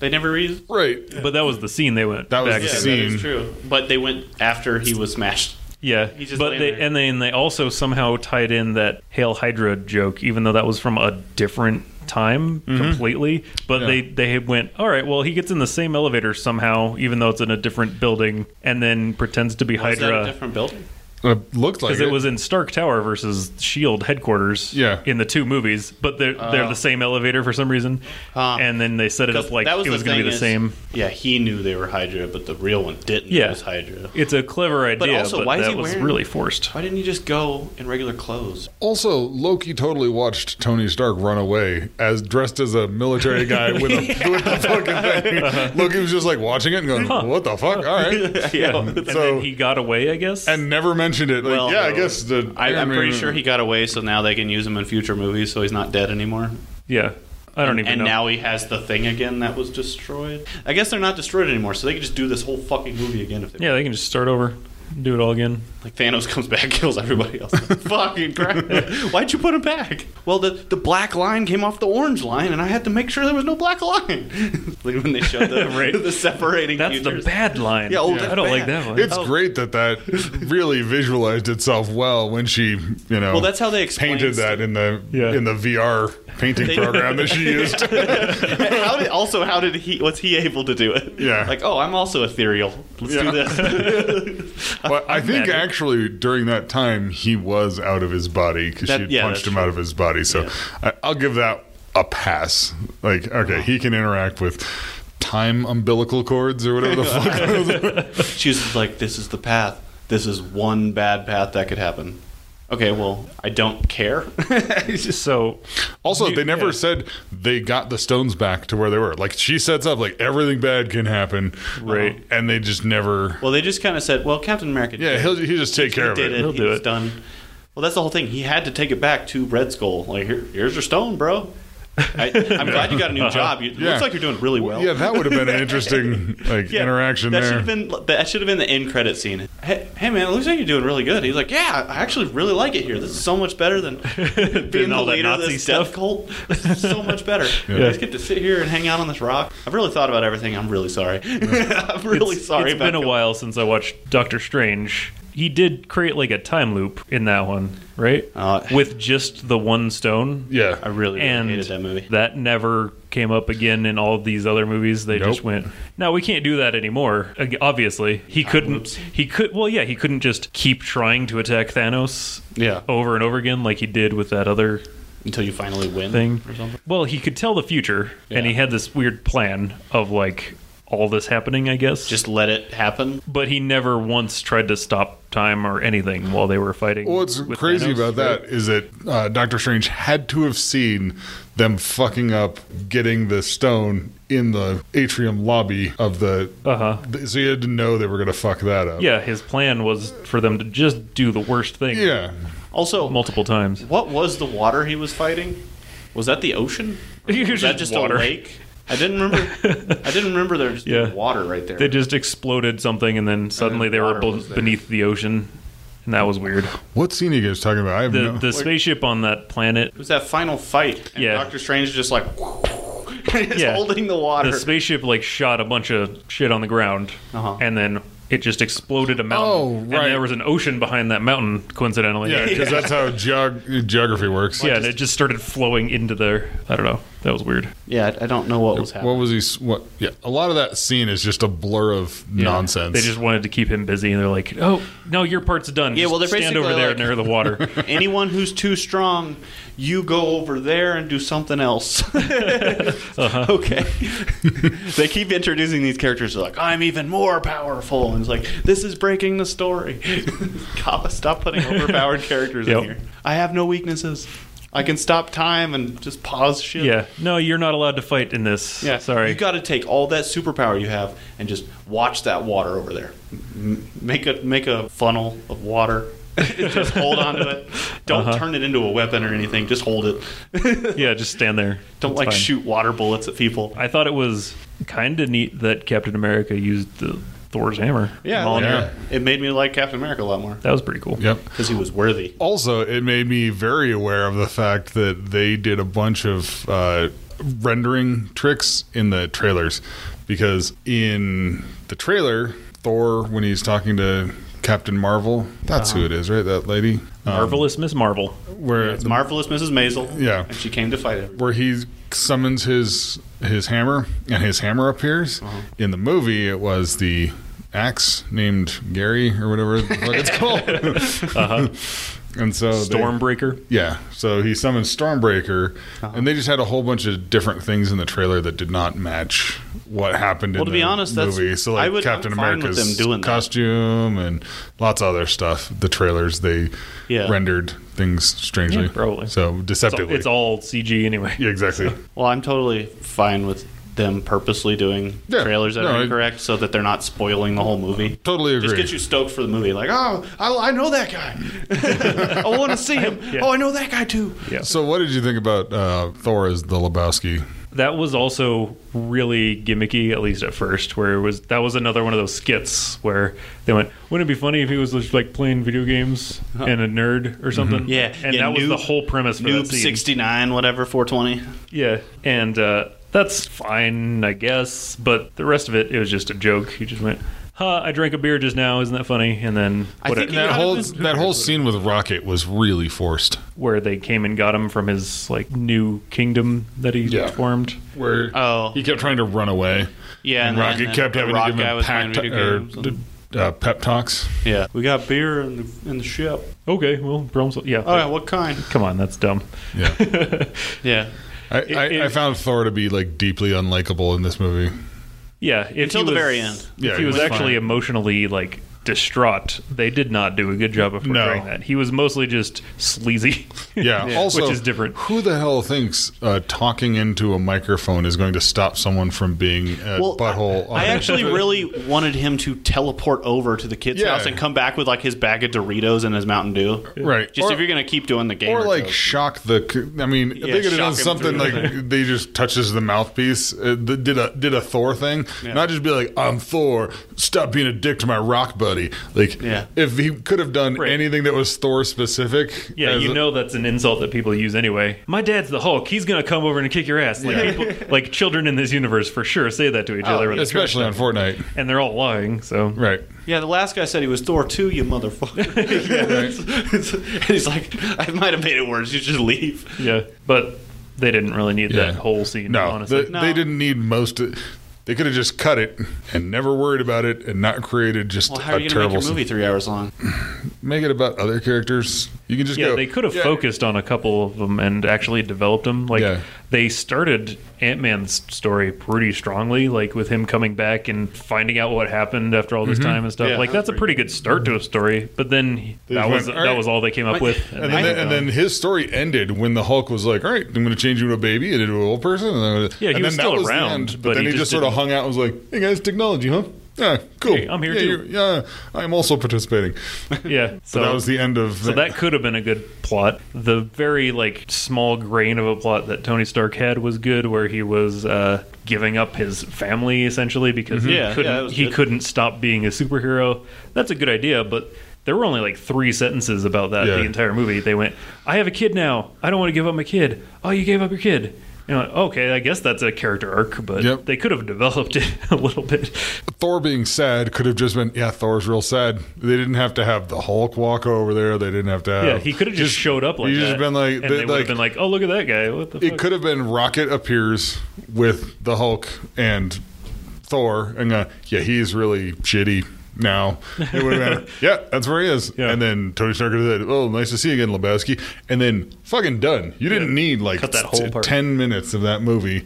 S3: They never reused.
S4: right.
S2: But that was the scene they went.
S4: That was
S2: back
S4: the
S3: Yeah,
S2: to.
S4: scene.
S3: that is true. But they went after he was smashed.
S2: Yeah,
S3: He's just
S2: but
S3: laying
S2: they
S3: there.
S2: and then they also somehow tied in that Hail Hydra joke, even though that was from a different time completely. But
S4: Mm-hmm. Yeah.
S2: they they went all right. Well, he gets in the same elevator somehow, even though it's in a different building, and then pretends to be
S3: Is that a
S2: Hydra
S3: different building?
S4: It looked like
S2: because it was in Stark Tower versus Shield E headquarters.
S4: Yeah.
S2: in the two movies, but they're
S3: Oh.
S2: they're the same elevator for some reason,
S3: Ah.
S2: and then they set it up like it was going to
S3: thing
S2: be the
S3: is-
S2: same.
S3: Yeah, he knew they were Hydra, but the real one didn't.
S2: Yeah.
S3: It was Hydra.
S2: It's a clever idea, but,
S3: also, why is
S2: that
S3: he
S2: was
S3: wearing-
S2: really forced.
S3: Why didn't you just go in regular clothes? (laughs)
S4: Also, Loki totally watched Tony Stark run away as dressed as a military guy with, a, (laughs) with the fucking thing.
S2: Uh-huh.
S4: Loki was just like watching it and going, "What the fuck?"
S2: (laughs)
S4: All right,
S3: Yeah.
S2: And
S4: So-
S2: then he got away, I guess.
S4: and never mentioned it. Like,
S3: Well,
S4: yeah, I
S3: no.
S4: guess the.
S3: I,
S4: Iron
S3: I'm
S4: Man-
S3: pretty sure he got away, so now they can use him in future movies, so he's not dead anymore.
S2: Yeah. I don't even
S3: And
S2: know.
S3: now he has the thing again that was destroyed. I guess they're not destroyed anymore, so they could just do this whole fucking movie again if they
S2: yeah, they can just start over. do it all again.
S3: Like Thanos comes back, (laughs) kills everybody
S4: (laughs)
S3: else. Fucking crap! Why'd you put him back? Well, the, the black line came off the orange line, and I had to make sure there was no black line. (laughs) like when they showed
S2: (laughs)
S3: the,
S2: Right.
S3: the separating.
S2: That's
S3: futures.
S2: the bad line.
S3: Yeah, oh,
S2: I
S3: that's
S2: don't like
S3: bad.
S2: that one.
S4: It's great that that really visualized itself well when she, you know,
S3: Well, that's how they explained
S4: painted that in the
S2: Yeah.
S4: in the VR painting
S3: They-
S4: program that
S3: (laughs)
S4: she used.
S3: how did, also, how did he? What's he able to do it?
S4: Yeah.
S3: Like, oh, I'm also ethereal. Let's
S4: Yeah.
S3: do
S4: (laughs)
S3: this.
S4: Well, I think
S2: Magic.
S4: actually during that time he was out of his body because
S3: That-
S4: she had
S3: yeah,
S4: punched
S3: that's
S4: him
S3: true.
S4: out of his body. So I, I'll give that a pass. Like, okay, he can interact with time umbilical cords
S3: (laughs)
S4: or whatever the fuck.
S3: she was like, "This is the path. This is one bad path that could happen." Okay, well, I don't care. (laughs)
S2: so
S4: Also,
S2: You-
S4: they never
S2: yeah.
S4: said they got the stones back to where they were. Like she sets up, like everything bad can happen, Uh,
S2: Right.
S4: And they just never.
S3: well, they just kind of said, "Well, Captain America." did
S4: Yeah,
S3: it.
S4: he'll he just take care of
S3: He did
S4: it.
S3: it.
S2: He'll
S3: he
S2: do
S3: was
S2: it.
S3: done. Well, that's the whole thing. He had to take it back to Red Skull. Like, here, here's your stone, bro. I, I'm glad you got a
S4: (laughs)
S3: new job. You,
S4: Uh-huh. Yeah.
S3: Looks like you're doing really well.
S4: Yeah, that would have
S2: (laughs)
S4: been an interesting like
S3: Yeah,
S4: interaction
S3: that
S4: there.
S3: Should have been, that should have been the end credit scene. Hey, hey, man, it looks like you're doing really good. He's like, yeah, I actually really like it here. This is so much
S2: (laughs)
S3: better than being the
S2: all that
S3: leader of
S2: Nazi
S3: this death
S2: stuff.
S3: cult. This is so
S2: (laughs)
S3: much better.
S4: Yeah.
S3: I just get to sit here and hang out on this rock. I've really thought about everything. I'm really sorry. (laughs) I'm really
S2: it's-
S3: sorry.
S2: It's
S3: about
S2: been a while since I watched Doctor Strange. He did create like a time loop in that one, right?
S3: Uh,
S2: With just the one stone.
S4: yeah,
S3: I really, really
S2: and
S3: hated that movie.
S2: that never came up again in all of these other movies. They
S4: Nope.
S2: just went, "No, we can't do that anymore." Ag- Obviously, he couldn't.
S3: loops.
S2: He could. Well, yeah, he couldn't just keep trying to attack Thanos
S3: Yeah.
S2: over and over again like he did with that other
S3: Until you finally win.
S2: thing.
S3: Or something.
S2: Well, he could tell the future, and
S3: Yeah.
S2: he had this weird plan of like all this happening. I guess
S3: Just let it happen.
S2: but he never once tried to stop time or anything while they were fighting.
S4: What's
S2: with
S4: crazy
S2: Thanos,
S4: about that is that uh, Doctor Strange had to have seen them fucking up getting the stone in the atrium lobby of the.
S2: Uh-huh.
S4: th- So you had to know they were going to fuck that up.
S2: Yeah, his plan was for them to just do the worst thing
S4: Yeah.
S3: Also,
S2: multiple times.
S3: what was the water he was fighting? Was that
S2: (laughs)
S3: the ocean?
S2: It was
S3: Was that
S2: just
S3: just
S2: water.
S3: a lake? I didn't remember. I didn't remember there
S2: (laughs)
S3: just
S2: Yeah.
S3: being water right there.
S2: They just exploded something, and then suddenly they were
S3: water
S2: bo-
S3: was there.
S2: beneath the ocean, and that was weird.
S4: What scene are you guys talking about? I have
S2: The
S4: no.
S2: the spaceship on that planet,
S3: it was that final fight. And
S2: Yeah.
S3: Doctor Strange is just like (laughs) he's
S2: Yeah.
S3: holding the water.
S2: the spaceship like shot a bunch of shit on the ground,
S3: Uh-huh.
S2: and then it just exploded a mountain.
S4: Oh, right.
S2: And there was an ocean behind that mountain, coincidentally.
S4: yeah, because that's how geog- geography
S2: (laughs)
S4: works.
S2: Yeah, and it just started flowing into there. I don't know. That was weird.
S3: yeah, I- I don't know what was happening.
S4: What was he? s- What? Yeah, a lot of that scene is just a blur of nonsense.
S2: They just wanted to keep him busy, and they're like, "Oh, no, your part's done.
S3: Yeah,
S2: Just
S3: well, they're
S2: stand over
S3: basically
S2: there
S3: like-
S2: near the
S3: (laughs)
S2: water."
S3: Anyone who's too strong, you go over there and do something else. (laughs)
S2: Uh-huh.
S3: Okay. they keep introducing these characters they're like, I'm even more powerful. And it's like, this is breaking the story. (laughs) Kappa, stop putting overpowered characters
S2: Yep.
S3: in here. I have no weaknesses. I can stop time and just pause shit.
S2: yeah, no, you're not allowed to fight in this.
S3: Yeah.
S2: sorry.
S3: You got to take all that superpower you have and just watch that water over there. M- Make a make a funnel of water. (laughs) just hold on to it. Don't
S4: Uh-huh.
S3: turn it into a weapon or anything. Just hold it.
S2: yeah, just stand there.
S3: (laughs) Don't
S2: It's
S3: like
S2: fine.
S3: shoot water bullets at people.
S2: I thought it was kind of neat that Captain America used the Thor's hammer.
S3: Yeah,
S2: Mjolnir.
S3: like,
S4: Yeah.
S3: it made me like Captain America a lot more
S2: that was pretty cool.
S4: Yep.
S3: because he was worthy.
S4: Also, it made me very aware of the fact that they did a bunch of uh, rendering tricks in the trailers because in the trailer, Thor, when he's talking to Captain Marvel, that's who it is, right? That lady. Um,
S2: Marvelous Miss Marvel.
S4: where
S3: It's marvelous, Mrs. Maisel.
S4: Yeah.
S3: and she came to fight everybody.
S4: where he summons his his hammer and his hammer appears. In the movie, it was the axe named Gary or whatever the fuck it's called. (laughs) And so they-
S2: Stormbreaker.
S4: Yeah, so he summoned Stormbreaker,
S3: Uh-huh.
S4: and they just had a whole bunch of different things in the trailer that did not match what happened
S3: Well,
S4: in
S3: to
S4: the
S3: be honest, that's-
S4: movie. So like
S3: I would-
S4: Captain
S3: I'm fine with
S4: America's
S3: them doing that.
S4: costume and lots of other stuff. The trailers they
S3: Yeah.
S4: rendered things strangely,
S2: Yeah, probably.
S4: so
S2: It's all,
S4: deceptively.
S2: it's all CG anyway.
S3: (laughs)
S4: yeah, exactly.
S3: Well, I'm totally fine with them purposely doing
S4: Yeah.
S3: trailers that
S4: No, I-
S3: are incorrect so that they're not spoiling the whole movie.
S4: Totally agree.
S3: Just get you stoked for the movie. Like, oh, I, I know that guy. (laughs) I
S4: (laughs)
S3: want to see him.
S2: yeah.
S3: Oh, I know that guy too.
S2: (laughs) Yeah.
S4: so, what did you think about uh, Thor as the Lebowski?
S2: That was also really gimmicky, at least at first, where it was that was another one of those skits where they went, "Wouldn't it be funny if he was just like playing video games and a nerd or something?"
S3: Mm-hmm. Yeah,
S2: and
S3: yeah,
S2: that was
S3: noob-
S2: the whole premise. For that
S3: Noob
S2: scene.
S3: sixty nine, whatever, four twenty.
S2: Yeah, and uh, that's fine, I guess. But the rest of it, it was just a joke. He just went, "Huh, I drank a beer just now. Isn't that funny?" And then
S3: I think
S2: whatever,
S3: he-
S4: That
S3: Out of
S4: whole
S3: his-
S4: that whole scene with Rocket was really forced.
S2: where they came and got him from his like new kingdom that he
S4: Yeah.
S2: formed.
S4: Where
S3: Oh.
S4: he kept trying to run away,
S3: Yeah,
S4: and,
S3: then-
S4: Rocket
S3: then
S4: kept
S3: the
S4: having
S3: rock
S4: to give
S3: guy
S4: him
S3: was playing
S4: pack ta-
S3: video
S4: or,
S3: games and-
S4: uh, pep talks.
S3: yeah, we got beer in the, in the ship.
S2: Okay, well, problem sol- yeah.
S3: All right, what kind?
S2: Come on, that's dumb.
S4: Yeah,
S3: Yeah,
S4: I,
S2: it-
S4: I, I found Thor to be like deeply unlikable in this
S3: (laughs)
S4: movie.
S2: (laughs) Yeah, if
S3: Until
S2: he
S3: the
S2: was-
S3: very end.
S4: Yeah,
S2: if he
S4: he
S2: was,
S4: was
S2: actually
S4: fine.
S2: emotionally like distraught, they did not do a good job of portraying that. He was mostly just sleazy. (laughs)
S4: Yeah. Also,
S2: which is different.
S4: Who the hell thinks uh, talking into a microphone is going to stop someone from being a butthole?
S3: I, I
S4: on-
S3: actually really wanted him to teleport over to the kid's
S4: Yeah.
S3: house and come back with like his bag of Doritos and his Mountain Dew.
S4: (laughs) right.
S3: Just
S4: or,
S3: if you're gonna keep doing the game,
S4: or like shock the. c- I mean, if they could have
S3: uh, shock
S4: done
S3: him
S4: something
S3: through
S4: like they just touches the mouthpiece, uh, th- did a did a Thor thing, not just be like, "I'm Thor, stop being a dick to my rock buddy." Like,
S3: Yeah.
S4: if he could have done
S2: Right.
S4: anything that was Thor specific,
S2: Yeah,
S4: as
S2: you
S4: a-
S2: know that's an insult that people use anyway. My dad's the Hulk. He's gonna come over and kick your ass. Like people,
S4: (laughs)
S2: like children in this universe for sure say that to each other, when they're
S4: Oh, especially on Fortnite,
S2: trash- and they're all lying. So
S4: right?
S3: yeah, the last guy said he was Thor too, you
S4: (laughs)
S3: motherfucker. (laughs) and he's like, I might have made it worse. You just leave.
S2: yeah, but they didn't really need
S4: Yeah.
S2: that whole scene.
S4: No,
S2: honestly,
S4: the-
S3: No.
S4: they didn't need most. Of, they could have just cut it and never worried about it and not created just
S3: Well, how are
S4: a
S3: you gonna
S4: terrible
S3: make
S4: s-
S3: your movie three hours long?
S4: Make it about other characters. You can just
S2: yeah,
S4: go.
S2: they could have
S4: "Yeah,
S2: focused on a couple of them and actually developed them. Like
S4: Yeah.
S2: they started Ant Man's story pretty strongly, like with him coming back and finding out what happened after all
S4: Mm-hmm.
S2: this time and stuff.
S3: Yeah,
S2: like that's a pretty good start to a story. But then he- that
S4: just
S2: was
S4: went,
S2: that
S4: "All right."
S2: was all they came up with. and
S4: And
S2: they
S4: then,
S2: moved on.
S4: and then his story ended when the Hulk was like, "All right, I'm going to change you into a baby and into an old person." And then,
S2: Yeah, he
S4: and
S2: was
S4: then
S2: still
S4: the
S2: around, but
S4: end. but then
S2: he
S4: he,
S2: just
S4: just, sort of
S2: didn't-
S4: hung out and was like, "Hey guys, technology, huh? Yeah, cool.
S2: Hey, I'm here
S4: Yeah,
S2: too."
S4: you're- Yeah, I'm also participating."
S2: (laughs) yeah, so
S4: So that was the end of.
S2: So that could have been a good plot. The very like small grain of a plot that Tony Stark had was good, where he was uh, giving up his family essentially because
S4: Mm-hmm.
S2: he
S3: Yeah,
S2: couldn't
S3: yeah, that was
S2: he
S3: good.
S2: couldn't stop being a superhero. That's a good idea, but there were only like three sentences about that
S4: Yeah.
S2: the entire movie. They went, "I have a kid now. I don't want to give up my kid. Oh, you gave up your kid." You know, okay, I guess that's a character arc, but
S4: Yep.
S2: they could have developed it (laughs) a little bit.
S4: (laughs) Thor being sad could have just been, yeah, Thor's real sad. They didn't have to have the Hulk walk over there. They didn't have to have.
S2: Yeah, he could have just, showed up like
S4: he
S2: that.
S4: Oh. just been like,
S2: and
S4: they-
S2: they, would
S4: like-
S2: have been like, "Oh, look at that guy! What the fuck?"
S4: It could have been Rocket appears with the Hulk and Thor, and uh, yeah, he's really shitty now. It would
S3: (laughs)
S4: have been, yeah, that's where he is.
S2: Yeah.
S4: And then Tony Stark would have said, "Oh, nice to see you again, Lebowski." And then fucking done. You didn't need like
S2: Cut that whole
S4: t-
S2: part.
S4: ten minutes of that movie.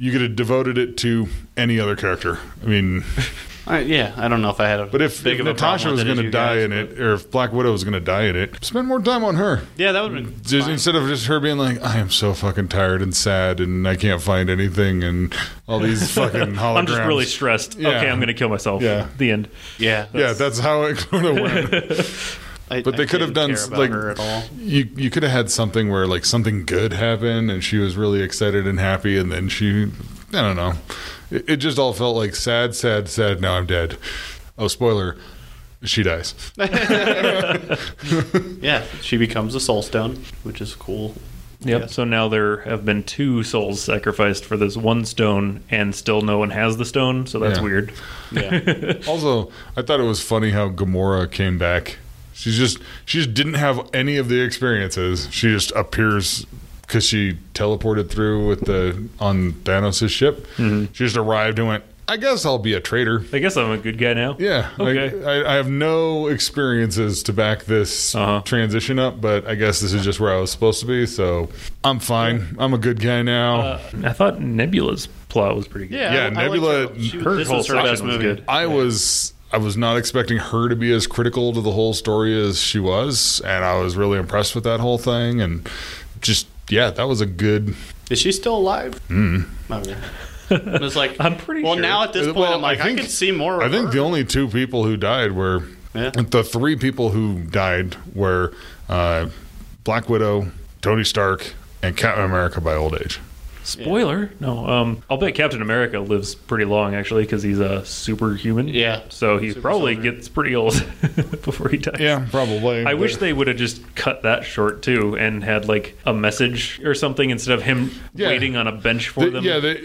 S4: You could have devoted it to any other character. I mean.
S3: (laughs) I, yeah, I don't know if I had a
S4: But if,
S3: big
S4: if
S3: of a problem
S4: Natasha
S3: with
S4: was
S3: it as
S4: going to
S3: you
S4: die
S3: guys,
S4: in
S3: but-
S4: it, or if Black Widow was going to die in it, spend more time on her.
S3: Yeah, that would have been
S4: Just,
S3: fine.
S4: instead of just her being like, I am so fucking tired and sad and I can't find anything and
S2: (laughs)
S4: all these fucking holograms.
S2: I'm just really stressed.
S4: Yeah.
S2: Okay, I'm going to kill myself.
S4: Yeah.
S2: The end.
S3: yeah.
S4: yeah, that's how it (laughs) would have
S2: (laughs)
S4: went.
S3: I-
S4: but they
S3: I
S4: could
S3: didn't
S4: have done
S3: care
S4: s-
S3: about
S4: like-
S3: her at all.
S4: You you could have had something where like something good happened and she was really excited and happy and then she I don't know. It, it just all felt like sad, sad, sad. Now I'm dead. Oh, spoiler, she dies. (laughs)
S3: (laughs) Yeah, she becomes a soul stone, which is cool.
S2: Yep.
S3: Yeah.
S2: So now there have been two souls sacrificed for this one stone, and still no one has the stone. So that's
S4: Yeah.
S2: weird.
S3: Yeah.
S4: Also, I thought it was funny how Gamora came back. She's just she just didn't have any of the experiences. She just appears because she teleported through with the on Thanos' ship.
S2: Mm-hmm.
S4: She just arrived and went. I guess I'll be a traitor.
S2: I guess I'm a good guy now.
S4: Yeah, like,
S2: Okay.
S4: I, I have no experiences to back this
S2: Uh-huh.
S4: transition up, but I guess this is just where I was supposed to be, so I'm fine. I'm a good guy now.
S2: Uh, I thought Nebula's plot was pretty good.
S3: Yeah,
S4: Yeah,
S3: I- I liked
S4: Nebula-
S3: her. She was-
S2: Her
S3: this
S2: whole
S3: was her
S2: section
S3: best
S2: was
S3: movie.
S2: good.
S4: I was I was not expecting her to be as critical to the whole story as she was, and I was really impressed with that whole thing. And just yeah, that was a good.
S3: Is she still alive?
S4: Hmm.
S3: (laughs) Okay. It's like
S2: I'm pretty
S3: well
S2: sure.
S3: now at this
S4: Uh,
S3: point
S4: well,
S3: I'm like
S4: I
S3: I,
S4: think-
S3: could see more.
S4: I
S3: of
S4: think
S3: her.
S4: the only two people who died were
S3: Yeah.
S4: the three people who died were uh, Black Widow, Tony Stark, and Captain America by old age.
S2: Spoiler? No. Um, I'll bet Captain America lives pretty long actually because he's a superhuman.
S3: Yeah.
S2: So he
S3: Super
S2: probably
S3: soldier.
S2: gets pretty old (laughs) before he dies.
S4: Yeah, probably.
S2: I wish they would have just cut that short too and had like a message or something instead of him
S4: Yeah.
S2: waiting on a bench for
S4: They-
S2: them.
S4: yeah, they,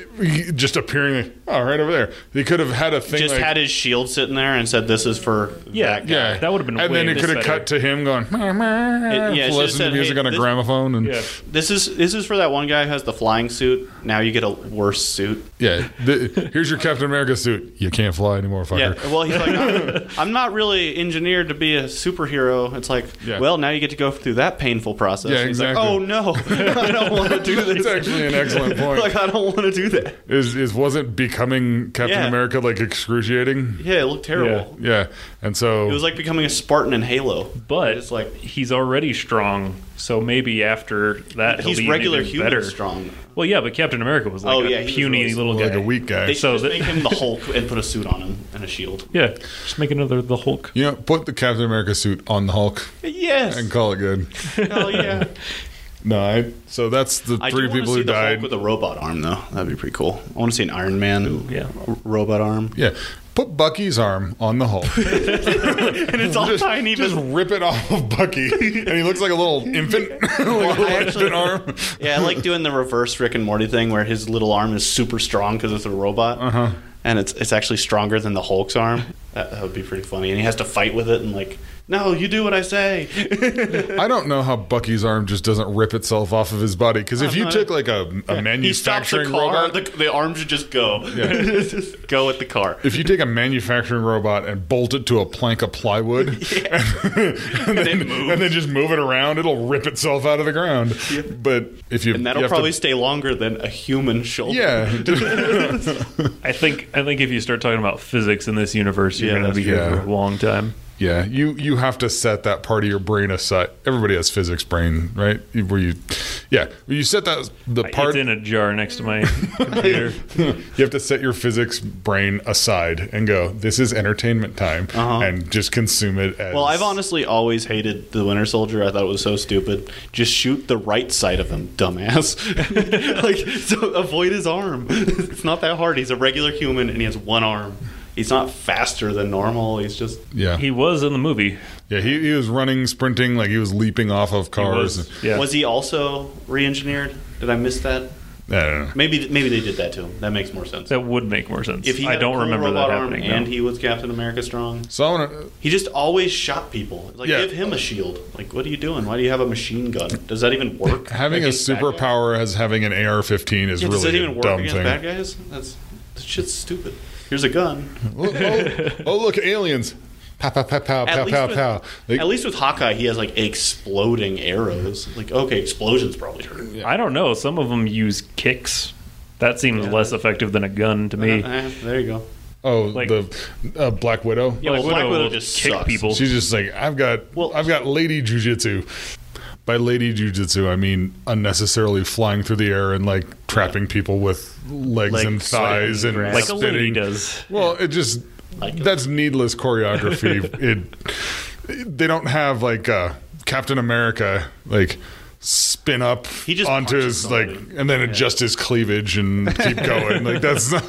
S4: just appearing. Like, oh, right over there. They could have had a thing.
S3: Just
S4: like,
S3: had his shield sitting there and said, "This is for
S2: Yeah.
S3: that guy."
S4: Yeah,
S2: That would've been
S4: And then
S2: way
S4: it could have
S2: better.
S4: cut to him going. "Meh, meh,"
S3: It- yeah, it should've
S4: listen to
S3: said,
S4: music
S3: "Hey,
S4: on a
S3: this-
S4: gramophone and
S2: Yeah.
S3: This is this is for that one guy who has the flying suit. Now you get a worse suit.
S4: yeah. th- here's your Captain America suit. You can't fly anymore,
S3: Yeah.
S4: fucker.
S3: Well, he's like, (laughs) I'm, I'm not really engineered to be a superhero. It's like,
S4: Yeah.
S3: well, now you get to go through that painful process.
S4: Yeah,
S3: And he's
S4: exactly.
S3: like, oh no, (laughs) I don't want to do
S4: That's
S3: this.
S4: actually an excellent point.
S3: (laughs) Like, I don't want to do that.
S4: is is wasn't becoming Captain
S3: Yeah.
S4: America like excruciating?
S3: Yeah, it looked terrible.
S4: Yeah, and so
S3: It was like becoming a Spartan in Halo.
S2: But
S3: it's like
S2: he's already strong, so maybe after that he'll
S3: he's
S2: be
S3: regular
S2: even
S3: human
S2: better.
S3: strong.
S2: Well, yeah, but Captain America was like
S3: Oh,
S2: a
S3: yeah, he was
S2: puny
S3: really
S2: little guy.
S4: like a weak guy.
S3: They should
S2: So
S3: just
S2: that-
S3: make him the Hulk and put a suit on him and a shield.
S2: Yeah, just make another the Hulk.
S4: you know, put the Captain America suit on the Hulk
S3: (laughs) Yes.
S4: and call it good.
S3: Hell yeah.
S4: No, I, so that's the
S3: I
S4: three
S3: do want to
S4: people
S3: see
S4: who
S3: the
S4: died.
S3: Hulk with a robot arm though. That'd be pretty cool. I want to see an Iron Man who
S2: Yeah.
S3: r- robot
S4: (laughs)
S3: arm.
S4: yeah, put Bucky's arm on the Hulk.
S3: And it's (laughs) all tiny
S4: (laughs) Just rip it off of
S3: (laughs)
S4: Bucky, and he looks like a little infant, like a (laughs) little
S3: I actually-
S4: infant arm.
S3: Yeah, I like doing the reverse Rick and Morty thing where his little arm is super strong because it's a robot.
S4: Uh-huh.
S3: And it's it's actually stronger than the Hulk's
S4: (laughs)
S3: arm. That, that would be pretty funny. And he has to fight with it and like, no, you do what I say. (laughs)
S4: I don't know how Bucky's arm just doesn't rip itself off of his body because if you
S3: not-
S4: took like a, a
S3: he stops the
S4: manufacturing
S3: car.
S4: robot,
S3: The, the arm should just go. (laughs) just go with the car.
S4: if you take a manufacturing robot and bolt it to a plank
S3: (laughs)
S4: of plywood (laughs) and, then,
S3: it moves.
S4: and then just move it around, it'll rip itself out of the ground. But if you
S3: And
S4: you
S3: that'll
S4: have to-
S3: probably stay longer than a human shoulder.
S4: yeah,
S3: (laughs)
S4: (laughs)
S2: I think I think if you start talking about physics in this universe, you're
S3: Yeah,
S2: going to be
S3: that's-
S2: here
S4: yeah.
S2: for a long time.
S4: yeah. You you have to set that part of your brain aside. Everybody has physics brain, right? Where you, yeah, where you set that the part
S2: It's in a jar next to
S4: (laughs)
S2: my computer.
S4: you have to set your physics brain aside and go. This is entertainment time, and just consume it. As,
S3: Uh-huh. Well, I've honestly always hated the Winter Soldier. I thought it was so stupid. Just shoot the right side of him, dumbass. (laughs) like, so avoid his arm. (laughs) It's not that hard. He's a regular human and he has one arm. He's not faster than normal. He's just
S4: yeah,
S2: he was in the movie.
S4: yeah. He, he was running, sprinting, like he was leaping off of cars.
S2: was, yeah.
S3: Was he also re-engineered? Did I miss that?
S4: I don't know.
S3: Maybe maybe they did that to him. That makes more sense.
S2: That would make more sense.
S3: If he
S2: I
S3: had a
S2: don't
S3: cool
S2: remember that
S3: robot arm
S2: happening.
S3: and
S2: no.
S3: he was Captain America strong,
S4: So I want
S3: he just always shot people. Like
S4: Yeah.
S3: give him a shield. Like what are you doing? Why do you have a machine gun? Does that even work?
S4: to (laughs) having a
S3: Against bad guys?
S4: superpower as having an AR-15 is
S3: Yeah,
S4: really
S3: does it
S4: a
S3: even work
S4: dumb
S3: against
S4: thing.
S3: bad guys? That's that shit's stupid. Here's a gun.
S4: Oh, oh, oh, look, aliens! Pow pow pow pow
S3: At
S4: pow
S3: least
S4: pow
S3: with-
S4: pow. Like,
S3: At least with Hawkeye, he has like exploding arrows. Like okay, explosions probably hurt.
S2: I don't know. Some of them use kicks. That seems
S3: Yeah.
S2: less effective than a gun to
S4: Uh-huh.
S2: me.
S3: Uh, there you go.
S4: oh,
S2: like-
S4: the uh, Black Widow.
S3: well, Black Widow
S2: will
S3: just
S2: kick
S3: sucks.
S2: people.
S4: She's just like, I've got,
S3: Well-
S4: I've got lady jujitsu. By lady jujitsu, I mean unnecessarily flying through the air and like trapping people with legs
S3: Like
S4: and thighs
S3: sliding
S4: and
S3: grass.
S2: like a lady
S4: spinning.
S2: does.
S4: Well, it just
S3: Like a-
S4: that's
S3: (laughs)
S4: needless choreography. it they don't have like uh, Captain America like spin up
S3: He just
S4: onto
S3: punches
S4: his
S3: somebody.
S4: like and then adjust his cleavage and
S3: (laughs)
S4: keep going. like that's (laughs) not,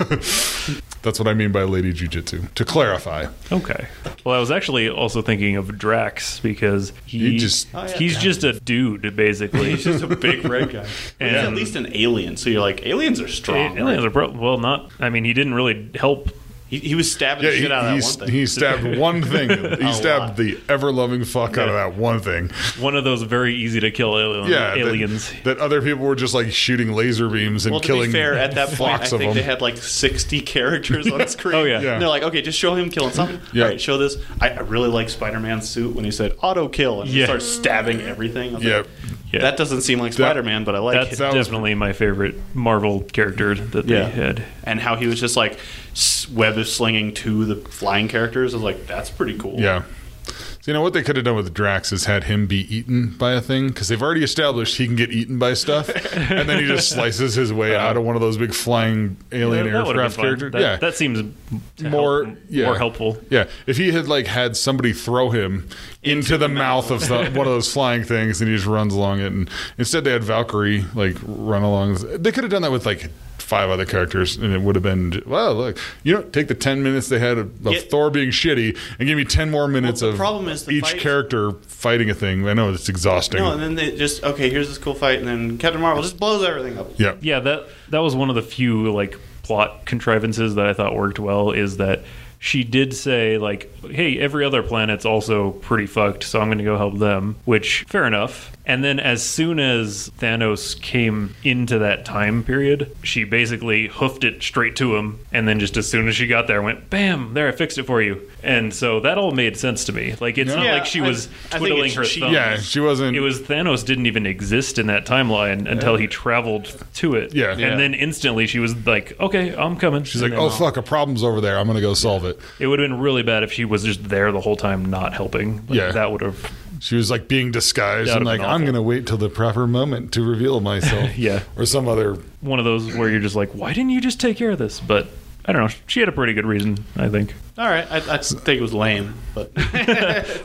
S4: that's what I mean by lady jujitsu. To clarify,
S2: Okay. Well, I was actually also thinking of Drax because he,
S4: He just-
S3: Oh, yeah,
S2: he's
S3: Drax.
S2: just a dude basically.
S3: He's just a big red guy.
S2: And-
S3: he's at least an alien, so you're like aliens are strong.
S2: aliens
S3: right?
S2: are pro- well not. I mean, he didn't really help.
S3: He, he was stabbing
S4: yeah,
S3: the
S4: he,
S3: shit out
S4: he
S3: of that
S4: s-
S3: one thing.
S4: he
S3: (laughs)
S4: stabbed one thing. He stabbed
S3: lot.
S4: the ever loving fuck out of that one thing.
S2: One of those very easy to kill alien,
S4: Yeah, that-
S2: aliens.
S4: that, other people were just like shooting laser beams and
S3: well, to
S4: killing.
S3: be fair, at that point, I
S4: flocks of
S3: think they
S4: them.
S3: had like 60 characters (laughs) on screen.
S2: Oh, yeah.
S4: Yeah.
S3: And they're like, okay, just show him killing something.
S4: Yeah.
S3: All right, show this. I, I really like Spider Man's suit when he said auto kill and he
S2: Yeah.
S3: starts stabbing everything. I was
S4: Yeah.
S3: like,
S2: Yeah.
S3: That doesn't seem like Spider Man, but I like
S2: That's
S3: it.
S4: that was-
S2: definitely my favorite Marvel character that
S3: Yeah.
S2: they had.
S3: And how he was just like s- web slinging to the flying characters. I was like, that's pretty cool.
S4: Yeah. So, you know what they could have done with Drax is had him be eaten by a thing because they've already established he can get eaten by stuff, and then
S3: (laughs)
S4: he just slices his way
S3: Uh-huh.
S4: out of one of those big flying alien
S2: that would've been
S4: aircraft
S2: fun.
S4: characters.
S2: That,
S4: yeah,
S2: that seems to
S4: More-
S2: help-
S4: yeah.
S2: more helpful.
S4: yeah. If he had like had somebody throw him into, the mouth, of the, one of those flying things, and he just runs along it, and instead they had Valkyrie like run along. This. They could have done that with like. Five other characters, and it would have been well. Look, you know, take the ten minutes they had of, of
S3: Yeah.
S4: Thor being shitty, and give me ten more minutes
S3: the
S4: of
S3: problem is the
S4: each
S3: fight-
S4: character fighting a thing. I know it's exhausting.
S3: No, and then they just okay. Here's this cool fight, and then Captain Marvel just blows everything up.
S4: yeah,
S2: yeah that that was one of the few like plot contrivances that i thought worked well is that she did say like hey every other planet's also pretty fucked so i'm gonna go help them which fair enough and then as soon as thanos came into that time period she basically hoofed it straight to him and then just as soon as she got there went bam there i fixed it for you and so that all made sense to me like it's not
S3: Yeah,
S2: like she
S3: I-
S2: was
S3: I think
S2: twiddling
S3: it's-
S2: her
S3: she-
S2: thumbs
S4: yeah. She wasn't.
S2: it was Thanos didn't even exist in that timeline until he traveled to it.
S4: Yeah.
S2: And
S4: Yeah.
S2: then instantly she was like, okay, I'm coming.
S4: She's like, oh fuck, a problem's over there. I'm gonna go solve it.
S2: It would have been really bad if she was just there the whole time not helping. Like,
S4: Yeah.
S2: That would have.
S4: She was like being disguised
S2: That'd
S4: and
S2: have
S4: like,
S2: been
S4: I'm
S2: awful.
S4: gonna wait till the proper moment to reveal myself.
S2: (laughs) Yeah.
S4: or some other.
S2: One of those where you're just like, why didn't you just take care of this? But I don't know. She had a pretty good reason, I think. (laughs)
S3: All right, I, I think it was lame, (laughs) but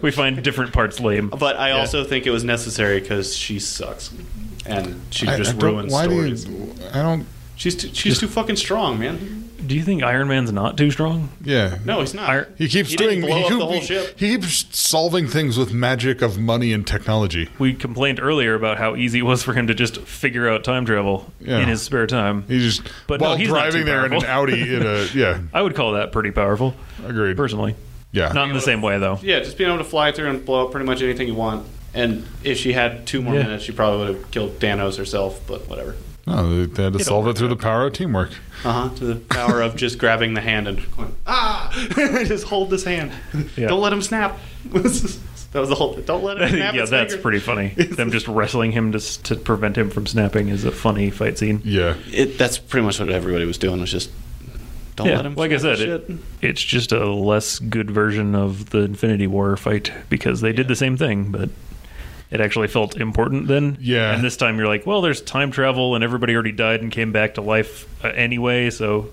S2: We find different parts lame.
S3: but I also think it was necessary because she sucks, and she
S4: I- I
S3: just
S4: don't-
S3: ruins
S4: why do you-
S3: stories.
S4: I don't.
S3: She's too, she's too fucking strong, man.
S2: Do you think Iron Man's not too strong?
S4: Yeah.
S3: No, he's not.
S2: Iron,
S4: He keeps
S3: He
S4: doing.
S3: didn't blow
S4: he,
S3: up the
S4: keep-
S3: whole ship.
S4: he keeps solving things with magic of money and technology.
S2: we complained earlier about how easy it was for him to just figure out time travel
S4: Yeah.
S2: in his spare time.
S4: He just
S2: But no,
S4: while
S2: he's not
S4: driving
S2: too
S4: there in an
S2: powerful.
S4: Audi in
S2: (laughs)
S4: a yeah.
S2: I would call that pretty powerful,
S4: Agreed.
S2: personally.
S4: Yeah.
S2: Not in the same way, though.
S3: Yeah, just being able to fly through and blow up pretty much anything you want. And if she had two more
S2: Yeah.
S3: minutes, she probably would have killed Thanos herself. But whatever.
S4: no, they- they had to solve it through the power of teamwork.
S2: Uh-huh.
S3: Uh huh. To the power of just grabbing the hand and going, ah, (laughs) just hold this hand.
S2: Yeah.
S3: Don't let him snap. (laughs) that was the whole. Don't let him
S2: (laughs)
S3: snap.
S2: yeah,
S3: his
S2: that's
S3: finger.
S2: pretty
S4: (laughs)
S2: funny. Them just wrestling him just to prevent him from snapping is a funny fight scene.
S4: Yeah.
S3: It, that's pretty much what everybody was doing. Was just don't
S2: Yeah,
S3: let him.
S2: like I
S3: snap
S2: said,
S3: his
S2: it,
S3: shit.
S2: it's just a less good version of the Infinity War fight because they did the same thing, but it actually felt important then.
S4: Yeah.
S2: And this time you're like, well, there's time travel and everybody already died and came back to life uh, anyway, so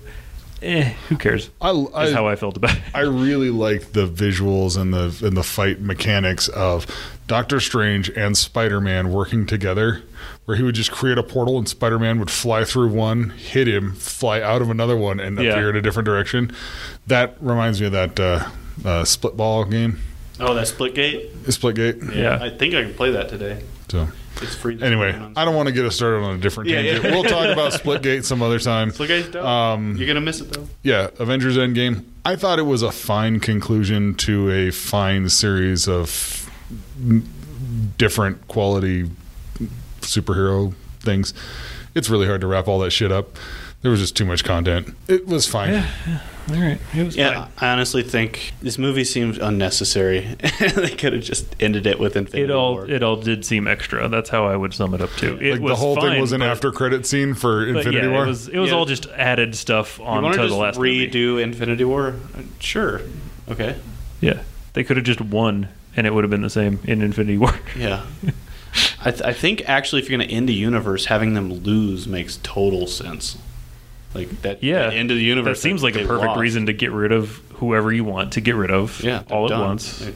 S2: eh, who cares?
S4: I,
S2: Is
S4: I,
S2: how I felt about it.
S4: I really liked the visuals and the and the fight mechanics of Doctor Strange and Spider Man working together, where he would just create a portal and Spider Man would fly through one, hit him, fly out of another one, and
S2: Yeah.
S4: appear in a different direction. That reminds me of that uh, uh, split ball game,
S3: Oh, that split gate.
S4: split gate.
S2: (laughs) Yeah.
S3: I think I can play that today.
S4: So
S3: It's free.
S4: anyway, I don't want to get us started on a different
S3: Yeah,
S4: tangent.
S3: yeah.
S4: We'll talk about split gate some other time.
S3: Split gate's dope.
S2: Um,
S3: You're gonna miss it though.
S4: yeah, Avengers Endgame. I thought it was a fine conclusion to a fine series of m- different quality superhero things. It's really hard to wrap all that shit up. There was just too much content. It was fine.
S2: All right. It was
S3: Yeah, I honestly think this movie seems unnecessary. (laughs) they could have just ended it with Infinity
S2: It all
S3: War.
S2: it all did seem extra. That's how I would sum it up too. It
S4: like
S2: was
S4: the whole
S2: fine,
S4: thing was an
S2: but-
S4: after credit scene for
S2: but
S4: Infinity
S2: yeah,
S4: War.
S2: It was, it was
S3: Yeah.
S2: all just added stuff
S3: you want
S2: onto
S3: to
S2: the
S3: just
S2: last
S3: redo
S2: movie.
S3: Infinity War? Uh, Sure. Okay.
S2: Yeah, they could have just won, and it would have been the same in Infinity War. (laughs)
S3: Yeah. (laughs) I, th- I think actually, if you're going to end a universe, having them lose makes total sense. Like that.
S2: Yeah,
S3: that end of the
S2: That
S3: universe.
S2: seems like a
S3: they
S2: perfect
S3: lost.
S2: reason to get rid of whoever you want to get rid of.
S3: Yeah.
S2: all at
S3: done.
S2: once,
S3: Like,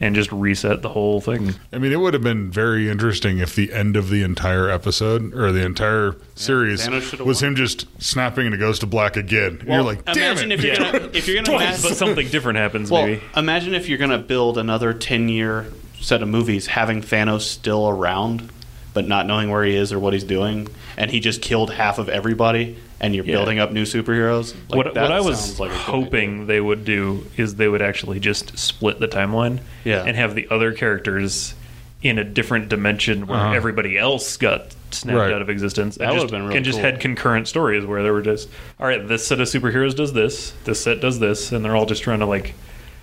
S2: and just reset the whole thing.
S4: I mean, it would have been very interesting if the end of the entire episode or the entire series
S3: Thanos should've
S4: was
S3: won.
S4: him just snapping and it goes to black again. and
S3: Well,
S4: you're like, damn
S3: imagine
S4: it.
S3: if you're
S2: Yeah.
S3: gonna if you're gonna
S2: But
S3: mass-
S2: something different happens,
S3: Well,
S2: maybe.
S3: imagine if you're going to build another 10 year set of movies having Thanos still around, but not knowing where he is or what he's doing, and he just killed half of everybody, and you're
S2: Yeah.
S3: building up new superheroes. Like,
S2: what,
S3: that
S2: what I was
S3: sounds like a good idea.
S2: hoping they would do is they would actually just split the timeline
S3: Yeah.
S2: and have the other characters in a different dimension where
S4: Uh-huh.
S2: everybody else got snapped
S4: Right.
S2: out of existence.
S3: That
S2: and
S3: would've
S2: just,
S3: been really
S2: And just
S3: cool.
S2: had concurrent stories where they were just, all right, this set of superheroes does this, this set does this, and they're all just trying to like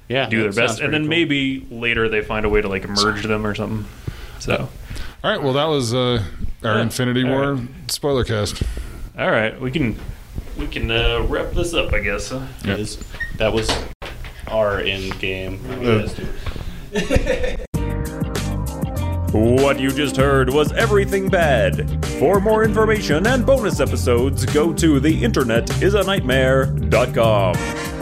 S3: yeah,
S2: do their
S3: that sounds
S2: best. And
S3: pretty
S2: then
S3: cool.
S2: maybe later they find a way to like merge them or something. So,
S4: All right. Well, that was uh, our
S2: Yeah.
S4: Infinity
S2: All
S4: War spoiler cast.
S2: all right, we can we can uh, wrap this up, I guess. huh?
S4: Yeah.
S3: Is- that was our end game.
S4: Uh,
S2: What you just heard was Everything Bad. For more information and bonus episodes, go to theinternetisanightmare.com.